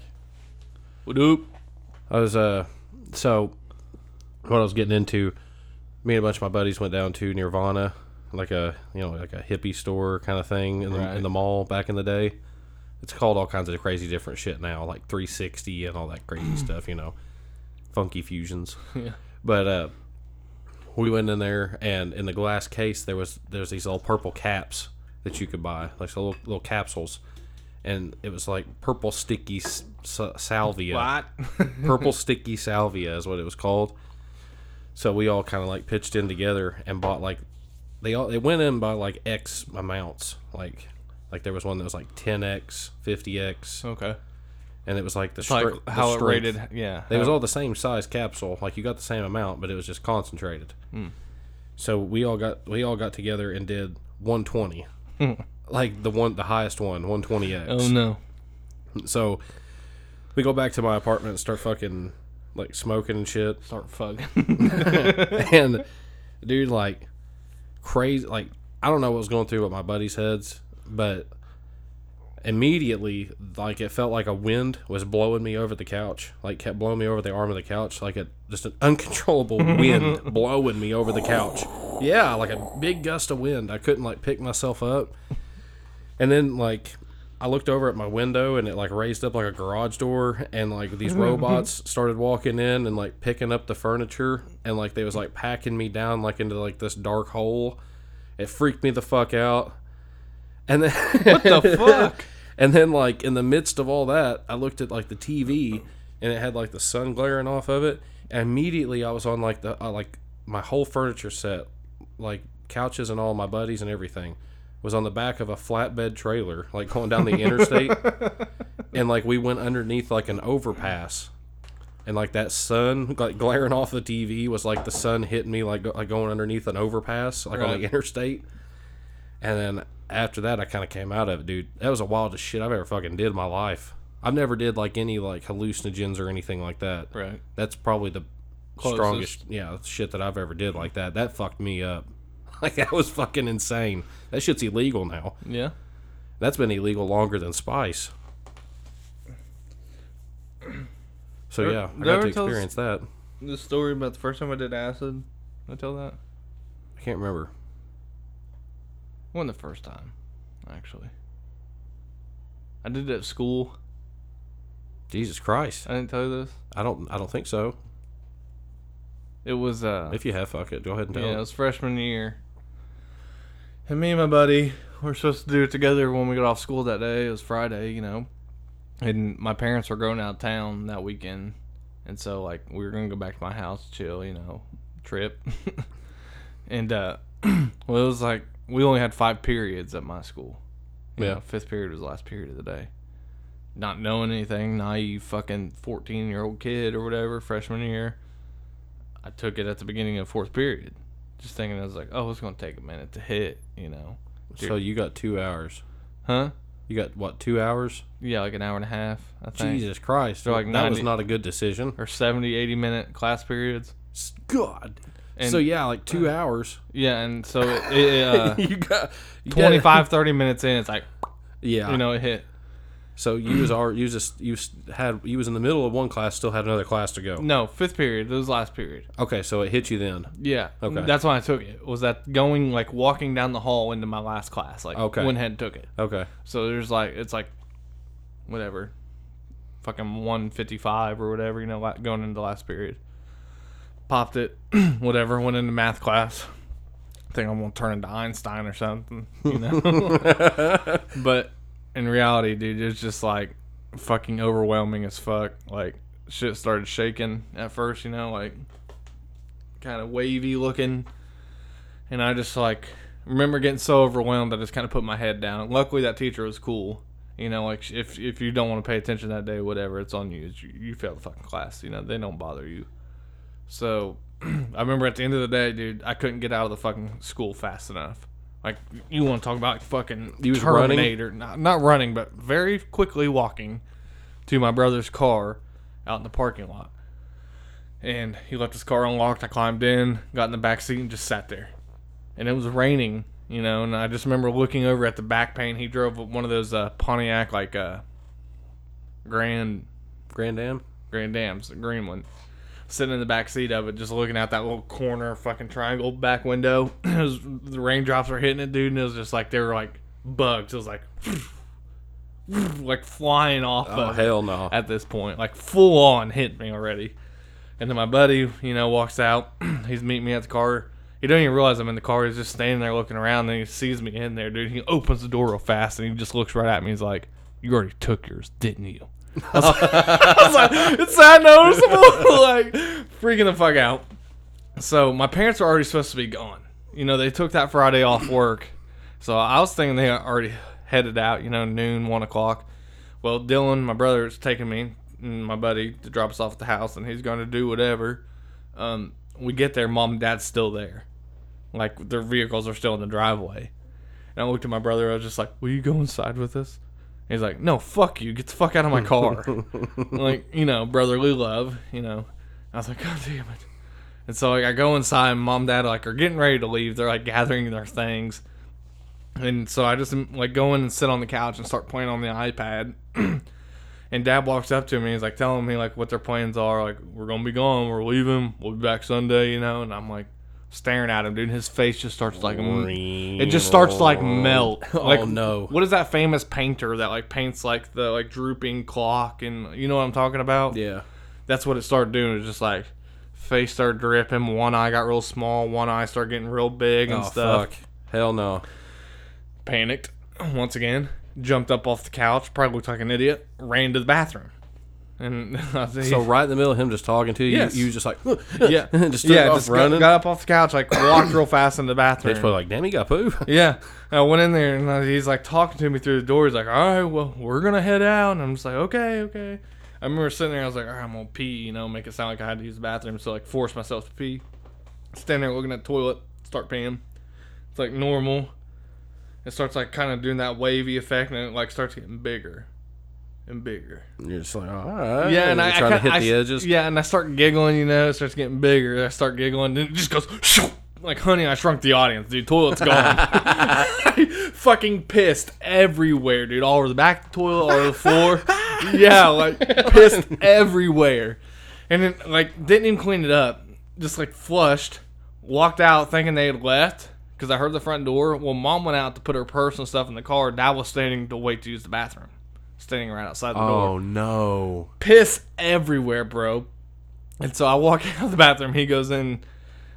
Speaker 1: What up? I was uh, so what I was getting into. Me and a bunch of my buddies went down to Nirvana, like a you know like a hippie store kind of thing in the, in
Speaker 3: Right.
Speaker 1: the mall back in the day. It's called all kinds of crazy different shit now, like 360 and all that crazy stuff. You know, funky fusions.
Speaker 3: Yeah.
Speaker 1: But uh, we went in there, and in the glass case there was there's these little purple caps that you could buy, like so little, little capsules, and it was like purple sticky s- sa- salvia. purple sticky salvia is what it was called. So we all kind of like pitched in together and bought like they all they went in by like X amounts, like like there was one that was like 10x, 50x,
Speaker 3: okay.
Speaker 1: and it was like the,
Speaker 3: Oh. It's like
Speaker 1: stri- the
Speaker 3: how it
Speaker 1: strength.
Speaker 3: rated. Yeah.
Speaker 1: They was
Speaker 3: how-
Speaker 1: all the same size capsule. Like you got the same amount, but it was just concentrated.
Speaker 3: Hmm.
Speaker 1: So we all got we all got together and did 120, like the one the highest one, 120x.
Speaker 3: Oh no.
Speaker 1: So we go back to my apartment and start fucking like smoking and shit.
Speaker 3: Start fucking.
Speaker 1: and dude, like crazy, like I don't know what was going through with my buddies' heads, but immediately, like it felt like a wind was blowing me over the couch, like kept blowing me over the arm of the couch, like a just an uncontrollable wind blowing me over the couch. Yeah, like a big gust of wind. I couldn't like pick myself up, and then like. I looked over at my window and it like raised up like a garage door and like these robots started walking in and like picking up the furniture and like they was like packing me down like into like this dark hole. It freaked me the fuck out. And then
Speaker 3: What the fuck?
Speaker 1: And then like in the midst of all that, I looked at like the TV and it had like the sun glaring off of it. And immediately I was on like the uh, like my whole furniture set, like couches and all my buddies and everything was on the back of a flatbed trailer like going down the interstate. and like we went underneath like an overpass. And like that sun like glaring off the TV was like the sun hitting me like go- like going underneath an overpass like on
Speaker 3: Right.
Speaker 1: the interstate. And then after that, I kind of came out of it, dude. That was the wildest shit I've ever fucking did in my life. I've never did like any like hallucinogens or anything like that.
Speaker 3: Right.
Speaker 1: That's probably the
Speaker 3: Closest.
Speaker 1: strongest, yeah, shit that I've ever did like that. That fucked me up. Like that was fucking insane. That shit's illegal now.
Speaker 3: Yeah.
Speaker 1: That's been illegal longer than spice. So
Speaker 3: Did-
Speaker 1: yeah,
Speaker 3: did
Speaker 1: I got
Speaker 3: I ever
Speaker 1: to
Speaker 3: tell this-
Speaker 1: experience that.
Speaker 3: The story about the first time I did acid. Did I tell that?
Speaker 1: I can't remember.
Speaker 3: One the first time, actually. I did it at school.
Speaker 1: Jesus Christ,
Speaker 3: I didn't tell you this.
Speaker 1: I don't, I don't think so.
Speaker 3: It was uh
Speaker 1: If you have, fuck it, go ahead and tell.
Speaker 3: yeah, it
Speaker 1: Yeah,
Speaker 3: was freshman year. And me and my buddy were supposed to do it together when we got off school that day. It was Friday, you know. And my parents were going out of town that weekend. And so like we were gonna go back to my house, chill, you know, trip. and uh well it was like we only had five periods at my school. You
Speaker 1: Yeah.
Speaker 3: know, fifth period was the last period of the day. Not knowing anything, naive fucking fourteen year old kid or whatever, freshman year. I took it at the beginning of fourth period. Just thinking I was like, Oh, it's gonna take a minute to hit, you know.
Speaker 1: so you got two hours.
Speaker 3: Huh?
Speaker 1: You got what? Two hours?
Speaker 3: Yeah, like an hour and a half, I think.
Speaker 1: Jesus Christ!
Speaker 3: They're like
Speaker 1: that was
Speaker 3: 90
Speaker 1: not a good decision.
Speaker 3: Or 70, 80 minute class periods.
Speaker 1: God.
Speaker 3: And- uh,
Speaker 1: so yeah, like two hours.
Speaker 3: Yeah, and so it, it uh,
Speaker 1: you got you got-
Speaker 3: 25, 30 minutes in, it's like,
Speaker 1: Yeah.
Speaker 3: you know, it hit.
Speaker 1: So you was already you was just you s- had you was in the middle of one class, still had another class to go.
Speaker 3: No, fifth period. It was last period.
Speaker 1: Okay, so it hit you then.
Speaker 3: Yeah.
Speaker 1: Okay.
Speaker 3: That's why I took it. Was that going like walking down the hall into my last class? Like
Speaker 1: Okay.
Speaker 3: went ahead and took it.
Speaker 1: Okay.
Speaker 3: So there's like it's like whatever, fucking one fifty five or whatever. You know, la- going into the last period, popped it, whatever. Went into math class. Think I'm gonna turn into Einstein or something. You know, but in reality, dude, it's just like fucking overwhelming as fuck. Like shit started shaking at first. You know, like kind of wavy looking. And I just like remember getting so overwhelmed I just kind of put my head down. Luckily that teacher was cool. You know, like sh- if if you don't want to pay attention that day, whatever, it's on you. It's, you, you failed the fucking class. You know they don't bother you. So I remember at the end of the day, dude, I couldn't get out of the fucking school fast enough. Like you want to talk about fucking
Speaker 1: You was running?
Speaker 3: Terminator? Not not running, but very quickly walking to my brother's car out in the parking lot and he left his car unlocked. I climbed in, got in the back seat, and just sat there. And it was raining, you know. And I just remember looking over at the back pane. He drove one of those uh, Pontiac, like uh, Grand
Speaker 1: Grand Am.
Speaker 3: Grand Dams, the green one. Sitting in the back seat of it, just looking out that little corner, fucking triangle back window. it was, the raindrops were hitting it, dude, and it was just like they were like bugs. It was like, like flying off.
Speaker 1: Oh
Speaker 3: of it
Speaker 1: hell no.
Speaker 3: at this point. Like full on hit me already. And then my buddy, you know, walks out. he's meeting me at the car. He don't even realize I'm in the car. He's just standing there looking around. And he sees me in there, dude. He opens the door real fast and he just looks right at me. He's like, "You already took yours, didn't you?" I was like, I was like, "It's that noticeable?" like freaking the fuck out. So my parents were already supposed to be gone. You know, they took that Friday off work. So I was thinking they already headed out. You know, noon, one o'clock. Well, Dylan, my brother, is taking me and my buddy to drop us off at the house, and he's going to do whatever. Um, we get there, mom and dad's still there. Like, their vehicles are still in the driveway. And I looked at my brother, I was just like, Will you go inside with us? And he's like, No, fuck you. Get the fuck out of my car. like, you know, brotherly love, you know. I was like, God damn it. And so like, I go inside, and mom and dad like are getting ready to leave. They're like gathering their things. And so I just mm, like go in and sit on the couch and start playing on the iPad. and dad walks up to me. He's like telling me like what their plans are. Like we're gonna be gone. We're leaving. We'll be back Sunday. You know. And I'm like staring at him, dude. His face just starts like it just starts to, like melt.
Speaker 1: Oh,
Speaker 3: Like
Speaker 1: no.
Speaker 3: What is that famous painter that like paints like the like drooping clock and you know what I'm talking about?
Speaker 1: Yeah.
Speaker 3: that's what it started doing. It was just like face started dripping, one eye got real small, one eye started getting real big and
Speaker 1: Oh
Speaker 3: stuff.
Speaker 1: fuck. Hell no.
Speaker 3: Panicked. once again, jumped up off the couch, probably looked like an idiot, ran to the bathroom. And I see,
Speaker 1: So right in the middle of him just talking to you,
Speaker 3: Yes.
Speaker 1: you, you just like
Speaker 3: yeah,
Speaker 1: just took
Speaker 3: yeah,
Speaker 1: off
Speaker 3: just got-
Speaker 1: running.
Speaker 3: Got, up off the couch, like walked real fast in the bathroom.
Speaker 1: It's probably like, damn, he got poo.
Speaker 3: Yeah. And I went in there and uh, he's like talking to me through the door. He's like, all right, well, we're going to head out. And I'm just like, okay, okay. I remember sitting there. I was like, all right, I'm going to pee, you know, make it sound like I had to use the bathroom. So, like, force myself to pee. Stand there looking at the toilet, start peeing. It's like normal. It starts like kind of doing that wavy effect and it like starts getting bigger and bigger.
Speaker 1: And you're just like, all right.
Speaker 3: Yeah, and
Speaker 1: you're
Speaker 3: I I
Speaker 1: trying to
Speaker 3: kinda-
Speaker 1: hit
Speaker 3: I
Speaker 1: the
Speaker 3: s-
Speaker 1: edges.
Speaker 3: Yeah, and I start giggling. You know, it starts getting bigger. I start giggling, then it just goes shoo, like, "Honey, I shrunk the audience, dude. Toilet's gone." Fucking pissed everywhere, dude. All over the back of the toilet, all over the floor. yeah, like pissed everywhere, and then like didn't even clean it up. Just like flushed, walked out thinking they had left. Cause I heard the front door. Well, mom went out to put her purse and stuff in the car. Dad was standing to wait to use the bathroom, standing right outside the door
Speaker 1: Oh no!
Speaker 3: piss everywhere, bro. And so I walk out of the bathroom. He goes in,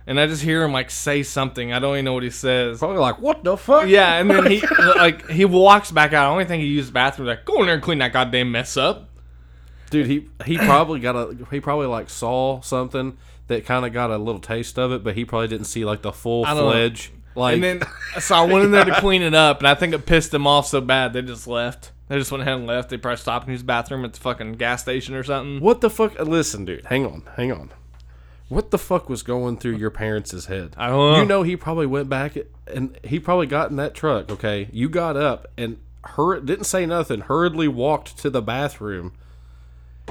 Speaker 3: and I just hear him like say something. I don't even know what he says.
Speaker 1: Probably like, what the fuck?
Speaker 3: Yeah, and then he like he walks back out. The only thing he used the bathroom like go in there and clean that goddamn mess up.
Speaker 1: dude, he he probably got a he probably like saw something that kind of got a little taste of it, but he probably didn't see like the full
Speaker 3: don't know.
Speaker 1: fledged like.
Speaker 3: And then so I went in there to clean it up, and I think it pissed them off so bad they just left. They just went ahead and left. They probably stopped and used the bathroom at the fucking gas station or something.
Speaker 1: what the fuck? Listen, dude, hang on, hang on. What the fuck was going through your parents' head?
Speaker 3: I don't know.
Speaker 1: You know, he probably went back and he probably got in that truck. Okay, you got up and hur- didn't say nothing. Hurriedly walked to the bathroom,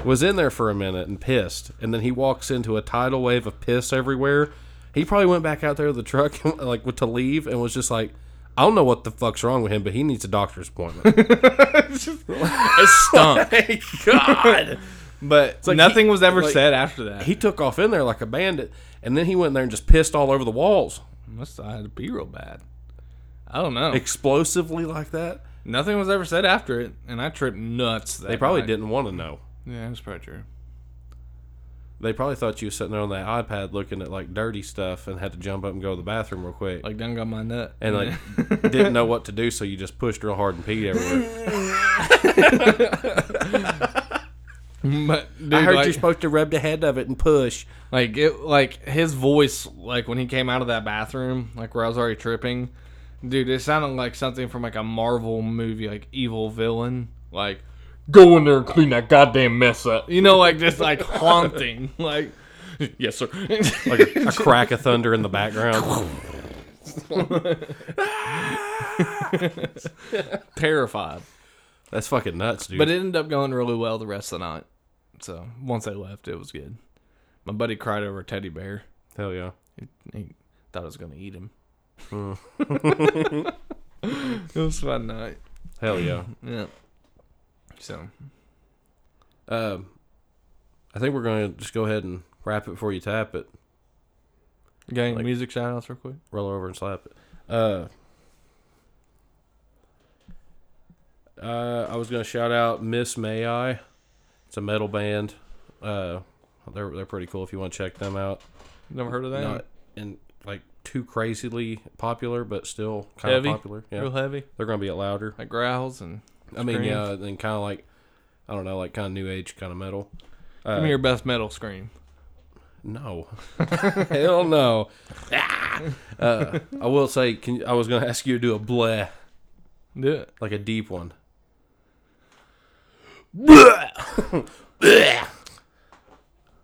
Speaker 1: was in there for a minute and pissed, and then he walks into a tidal wave of piss everywhere. He probably went back out there to the truck like to leave and was just like. I don't know what the fuck's wrong with him, but he needs a doctor's appointment.
Speaker 3: It stunk. God. But
Speaker 1: like
Speaker 3: nothing
Speaker 1: he-
Speaker 3: was ever
Speaker 1: like-
Speaker 3: said after that.
Speaker 1: he took off in there like a bandit, and then he went in there and just pissed all over the walls.
Speaker 3: Must have had to be real bad. I don't know.
Speaker 1: explosively like that,
Speaker 3: Nothing was ever said after it, and I tripped nuts. That
Speaker 1: they probably
Speaker 3: night.
Speaker 1: didn't want to know.
Speaker 3: Yeah, that's probably true.
Speaker 1: They probably thought you were sitting there on that iPad looking at like dirty stuff and had to jump up and go to the bathroom real quick.
Speaker 3: Like, done got my nut.
Speaker 1: and like didn't know what to do, so you just pushed real hard and peed everywhere.
Speaker 3: but dude,
Speaker 1: I heard
Speaker 3: like,
Speaker 1: you're supposed to rub the head of it and push.
Speaker 3: like it, like his voice, like when he came out of that bathroom, like where I was already tripping, dude, it sounded like something from like a Marvel movie, like evil villain, like go in there and clean that goddamn mess up. You know, like just like haunting, like yes sir.
Speaker 1: Like a, a crack of thunder in the background.
Speaker 3: terrified.
Speaker 1: That's fucking nuts, dude.
Speaker 3: But it ended up going really well the rest of the night. So once I left, it was good. My buddy cried over a teddy bear.
Speaker 1: Hell yeah.
Speaker 3: He, he thought I was gonna eat him.
Speaker 1: Hmm.
Speaker 3: it was a fun night.
Speaker 1: Hell yeah.
Speaker 3: Yeah. So
Speaker 1: Um, I think we're going to just go ahead and wrap it before you tap it.
Speaker 3: you got any music shout outs real quick?
Speaker 1: roll over and slap it. Uh, uh, I was gonna shout out Miss May I. It's a metal band. Uh, they're they're pretty cool if you want to check them out.
Speaker 3: Never heard of that?
Speaker 1: Not and like too crazily popular, but still kind
Speaker 3: Heavy?
Speaker 1: of popular. Yeah,
Speaker 3: Real heavy.
Speaker 1: they're gonna be at louder.
Speaker 3: Like growls and
Speaker 1: I mean,
Speaker 3: Screams?
Speaker 1: yeah, and kind of like I don't know, like kind of new age kind of metal.
Speaker 3: give
Speaker 1: Uh,
Speaker 3: me your best metal scream.
Speaker 1: No, hell no. Ah! Uh, I will say, can, you- I was gonna ask you to do a bleh,
Speaker 3: Do it.
Speaker 1: like a deep one.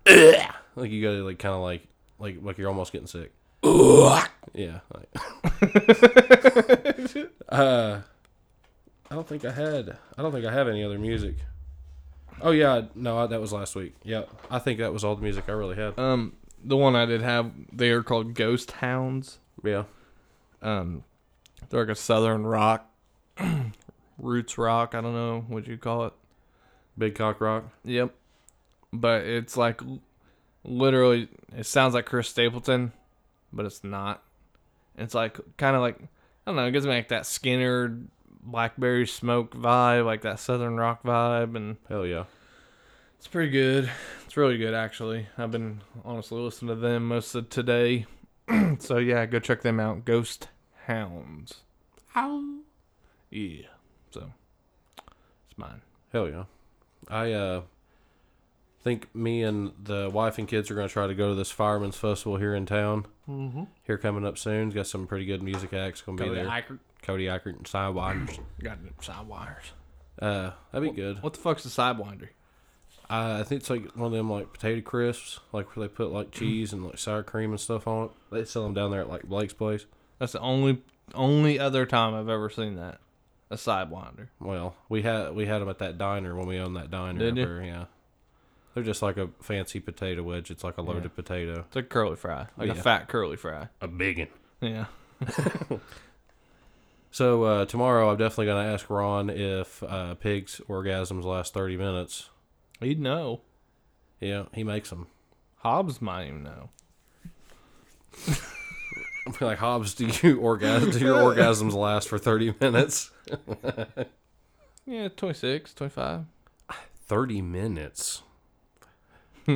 Speaker 1: Like you gotta like kind of like like like you're almost getting sick. yeah. Like. uh, I don't think I had. I don't think I have any other music. Oh yeah, no, I, that was last week. Yeah, I think that was all the music I really had.
Speaker 3: Um, the one I did have, they are called Ghost Hounds.
Speaker 1: Yeah,
Speaker 3: um they're like a southern rock roots rock i don't know what you call it
Speaker 1: big cock rock.
Speaker 3: yep but it's like l- literally it sounds like chris stapleton but it's not it's like kind of like i don't know it gives me like that skinner blackberry smoke vibe like that southern rock vibe and
Speaker 1: Hell yeah.
Speaker 3: it's pretty good it's really good actually i've been honestly listening to them most of today so yeah go check them out ghost hounds Yeah. So it's mine.
Speaker 1: Hell yeah. I uh, think me and the wife and kids are going to try to go to this Fireman's Festival here in town. Mm-hmm. Here coming up soon. It's Got some pretty good music acts going to be there. Cody Eckert and Sidewinders.
Speaker 3: Got it. Sidewinders.
Speaker 1: Uh, that'd be good.
Speaker 3: What the fuck's a sidewinder?
Speaker 1: Uh, I think it's like one of them like potato crisps, like where they put like cheese and like sour cream and stuff on it. They sell them down there at like Blake's place.
Speaker 3: That's the only only other time I've ever seen that. A sidewinder.
Speaker 1: Well, we had we had them at that diner when we owned that diner.
Speaker 3: Did
Speaker 1: up
Speaker 3: you?
Speaker 1: here, Yeah, they're just like a fancy potato wedge. It's like a loaded potato,
Speaker 3: It's a curly fry, like a
Speaker 1: Yeah.
Speaker 3: fat curly fry.
Speaker 1: a biggin.
Speaker 3: Yeah.
Speaker 1: So uh, tomorrow, I'm definitely gonna ask Ron if uh, pigs orgasms last 30 minutes.
Speaker 3: He'd know.
Speaker 1: Yeah, he makes them.
Speaker 3: Hobbs might even know.
Speaker 1: like Hobbs, do you orgasm? Do your orgasms last for 30 minutes?
Speaker 3: Yeah, 26, 25.
Speaker 1: 30 minutes.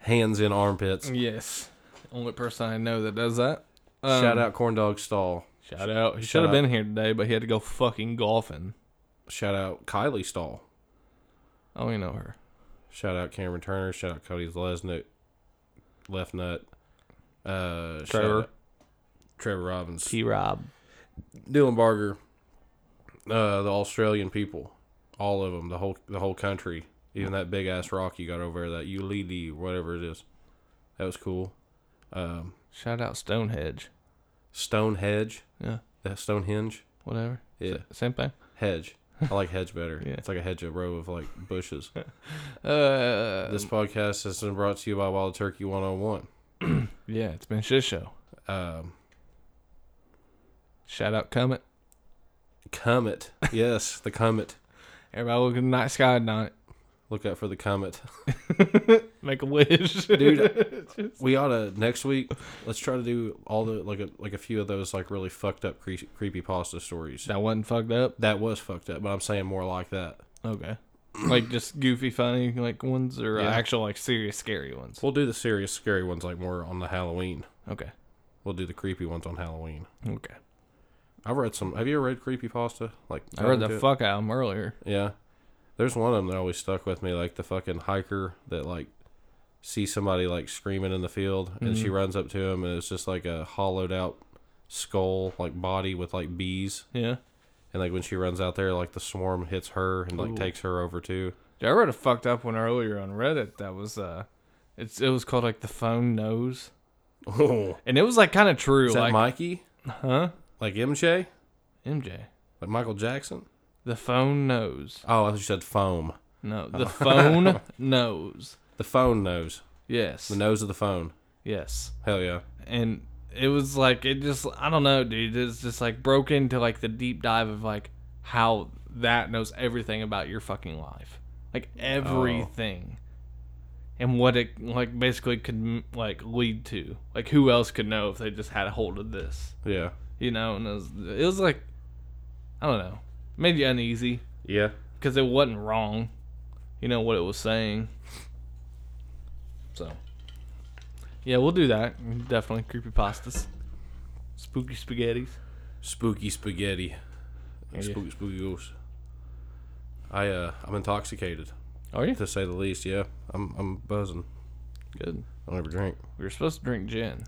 Speaker 1: Hands in armpits.
Speaker 3: Yes. Only person I know that does that. Um,
Speaker 1: Shout out Corn Dog Stall.
Speaker 3: Shout out. He
Speaker 1: Shout
Speaker 3: should have
Speaker 1: out.
Speaker 3: been here today, but he had to go fucking golfing.
Speaker 1: Shout out Kylie Stall.
Speaker 3: Oh, you know her.
Speaker 1: Shout out Cameron Turner. Shout out Cody Lesnick. Left Nut. Uh, shout
Speaker 3: Trevor.
Speaker 1: out Trevor Robbins.
Speaker 3: Rob.
Speaker 1: Dylan Barger. Uh, the Australian people. All of them. The whole the whole country. Even that big ass rock you got over there, that Ulidi, whatever it is. That was cool. Um,
Speaker 3: Shout out Stonehenge.
Speaker 1: Stonehenge.
Speaker 3: Yeah.
Speaker 1: That Stonehenge.
Speaker 3: Whatever.
Speaker 1: Yeah.
Speaker 3: S- Same thing.
Speaker 1: Hedge. I like hedge better.
Speaker 3: Yeah.
Speaker 1: It's like a hedge, a row of like bushes.
Speaker 3: Uh,
Speaker 1: this podcast has been brought to you by Wild Turkey 101.
Speaker 3: yeah, it's been a shit show.
Speaker 1: Um,
Speaker 3: Shout out Comet.
Speaker 1: comet. Yes, the comet.
Speaker 3: Everybody look at the night sky tonight.
Speaker 1: Look out for the comet.
Speaker 3: Make a wish.
Speaker 1: Dude, We ought to next week. Let's try to do all the like a, like a few of those like really fucked up cre- creepy pasta stories.
Speaker 3: that wasn't fucked up.
Speaker 1: That was fucked up, but I'm saying more like that.
Speaker 3: Okay. like just goofy, funny like ones or
Speaker 1: Yeah.
Speaker 3: actual like serious, scary ones.
Speaker 1: We'll do the serious, scary ones like more on the Halloween.
Speaker 3: Okay.
Speaker 1: We'll do the creepy ones on Halloween.
Speaker 3: Okay.
Speaker 1: I've read some. Have you ever read creepy pasta? Like
Speaker 3: I read
Speaker 1: Covenant?
Speaker 3: the fuck out of them earlier.
Speaker 1: Yeah. There's one of them that always stuck with me, like the fucking hiker that like sees somebody like screaming in the field and
Speaker 3: Mm-hmm.
Speaker 1: she runs up to him and it's just like a hollowed out skull like body with like bees
Speaker 3: Yeah.
Speaker 1: and like when she runs out there like the swarm hits her and like takes her over too.
Speaker 3: Dude, I read a fucked up one earlier on Reddit that was uh it's it was called like the phone nose.
Speaker 1: Oh.
Speaker 3: And it was like kinda true.
Speaker 1: Is that
Speaker 3: like
Speaker 1: Mikey?
Speaker 3: huh?
Speaker 1: Like MJ?
Speaker 3: MJ.
Speaker 1: Like Michael Jackson?
Speaker 3: The phone nose.
Speaker 1: Oh, I thought you said foam.
Speaker 3: No,
Speaker 1: Oh.
Speaker 3: the phone nose.
Speaker 1: The phone nose.
Speaker 3: Yes.
Speaker 1: The nose of the phone.
Speaker 3: Yes.
Speaker 1: Hell yeah.
Speaker 3: and it was like it just I don't know, dude. It's just like broke into like the deep dive of like how that knows everything about your fucking life, like everything, and what it like basically could m- like lead to. Like who else could know if they just had a hold of this,
Speaker 1: Yeah.
Speaker 3: you know? And it was, it was like I don't know, made you uneasy
Speaker 1: Yeah.
Speaker 3: because it wasn't wrong, you know what it was saying. So, yeah, we'll do that. Definitely creepy pastas, spooky spaghettis.
Speaker 1: Spooky spaghetti.
Speaker 3: Yeah.
Speaker 1: Spooky spooky goose. I uh I'm intoxicated.
Speaker 3: Are you
Speaker 1: to say the least. Yeah, I'm I'm buzzing.
Speaker 3: good?
Speaker 1: I don't ever drink.
Speaker 3: We were supposed to drink gin.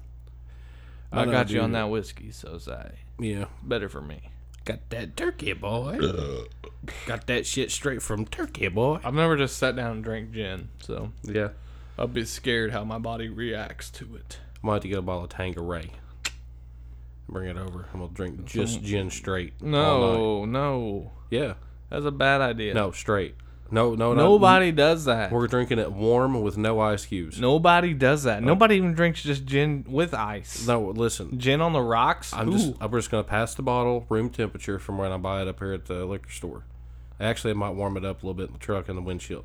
Speaker 1: I
Speaker 3: I,
Speaker 1: know,
Speaker 3: got you on
Speaker 1: dude.
Speaker 3: that whiskey, so it's uh,
Speaker 1: Yeah,
Speaker 3: better for me.
Speaker 1: got that turkey boy. got that shit straight from Turkey boy.
Speaker 3: I've never just sat down and drank gin, so
Speaker 1: Yeah,
Speaker 3: I'll be scared how my body reacts to it.
Speaker 1: I might have to get a bottle of Tanqueray. Bring it over. I'm gonna drink just gin straight. all night.
Speaker 3: Mm. No, no,
Speaker 1: Yeah.
Speaker 3: that's a bad idea.
Speaker 1: No, straight. No, no, no.
Speaker 3: Nobody does that.
Speaker 1: We're drinking it warm with no ice cubes.
Speaker 3: Nobody does that. Nobody even drinks just gin with ice.
Speaker 1: No, listen.
Speaker 3: Gin on the rocks.
Speaker 1: I'm
Speaker 3: Ooh.
Speaker 1: just. I'm just gonna pass the bottle room temperature from when I buy it up here at the liquor store. Actually, I might warm it up a little bit in the truck in the windshield.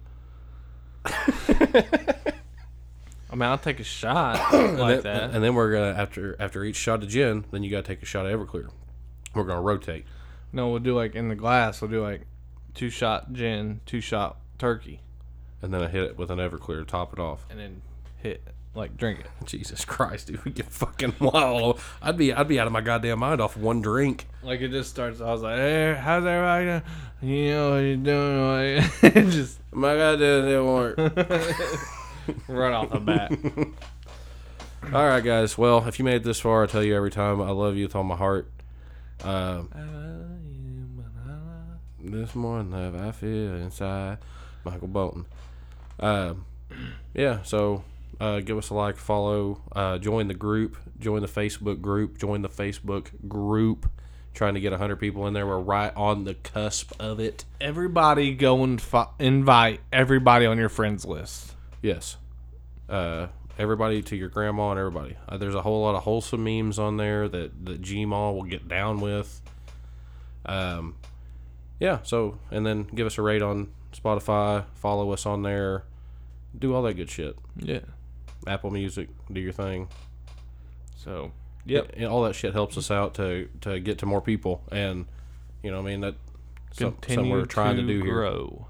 Speaker 3: I mean, I'll take a shot like
Speaker 1: And then-
Speaker 3: that.
Speaker 1: And then we're gonna after after each shot of gin, then you gotta take a shot of Everclear. We're gonna rotate.
Speaker 3: No, we'll do like in the glass. We'll do like two shot gin, two shot turkey,
Speaker 1: And then I hit it with an Everclear to top it off.
Speaker 3: and then hit Like drink it.
Speaker 1: Jesus Christ, dude, we get fucking wild. I'd be I'd be out of my goddamn mind off one drink.
Speaker 3: Like it just starts. I was like, hey, how's everybody? doing? You know what you're doing? Like, it just
Speaker 1: My goddamn it won't work.
Speaker 3: right off the bat.
Speaker 1: All right, guys. Well, if you made it this far, I tell you every time I love you with all my heart. Uh, this morning, love I feel inside, Michael Bolton. Um, yeah. So, uh, give us a like, follow, uh, join the group, join the Facebook group, join the Facebook group. Trying to get hundred people in there. We're right on the cusp of it.
Speaker 3: Everybody go and fi- invite everybody on your friends list.
Speaker 1: Yes. Uh, everybody to your grandma and everybody. Uh, there's a whole lot of wholesome memes on there that that Gmaw will get down with. Um, yeah. So and then give us a rate on Spotify. Follow us on there. Do all that good shit.
Speaker 3: Yeah.
Speaker 1: Apple Music. Do your thing.
Speaker 3: So. Yep.
Speaker 1: And all that shit helps us out to to get to more people. And you know, what I mean that. some- Something
Speaker 3: Continue
Speaker 1: we're trying to do here.
Speaker 3: grow.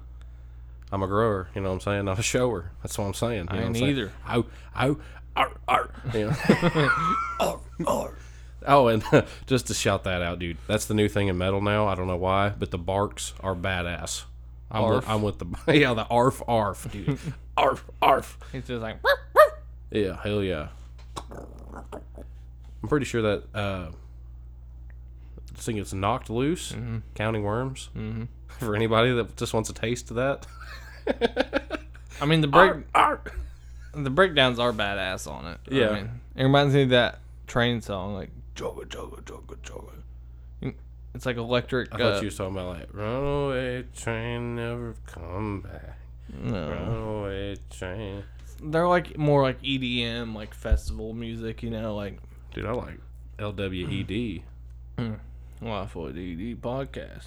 Speaker 1: I'm a grower. You know what I'm saying? Not a shower. That's what I'm saying. You know
Speaker 3: I ain't
Speaker 1: what I'm
Speaker 3: either.
Speaker 1: Saying? Ow, ow, ar, ar. You know? Ar, ar. Oh, and just to shout that out, dude. That's the new thing in metal now. I don't know why, but the barks are badass. I'm,
Speaker 3: Arf.
Speaker 1: With, I'm with the yeah, the arf arf, dude. arf arf.
Speaker 3: It's just like
Speaker 1: Yeah, hell yeah. I'm pretty sure that uh, I think it's knocked loose, counting worms. Mm-hmm. For anybody that just wants a taste of that,
Speaker 3: I mean the break
Speaker 1: Arf.
Speaker 3: the breakdowns are badass on it. I
Speaker 1: Yeah.
Speaker 3: mean, it reminds me of that train song like chugga chugga chugga chugga. It's like electric.
Speaker 1: I
Speaker 3: uh,
Speaker 1: thought you was talking about like runaway train never come back. Oh.
Speaker 3: no.
Speaker 1: Runaway train.
Speaker 3: They're like more like EDM, like festival music, you know, like
Speaker 1: Dude, I like E LWED.
Speaker 3: Waffle DD podcast.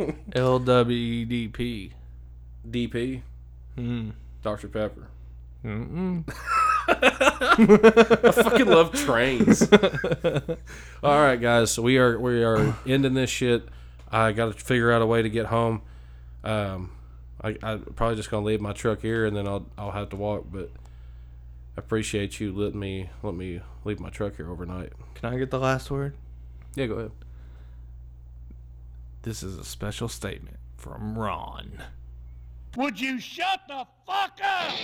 Speaker 3: E LWEDP.
Speaker 1: DP, Hmm.
Speaker 3: Mm.
Speaker 1: Dr Pepper.
Speaker 3: Mm-mm.
Speaker 1: I fucking love trains. All right, guys, so we are we are ending this shit. I got to figure out a way to get home. Um, I I probably just gonna leave my truck here and then I'll I'll have to walk. But I appreciate you letting me let me leave my truck here overnight.
Speaker 3: Can I get the last word?
Speaker 1: Yeah, go ahead.
Speaker 3: This is a special statement from Ron.
Speaker 2: Would you shut the fuck up?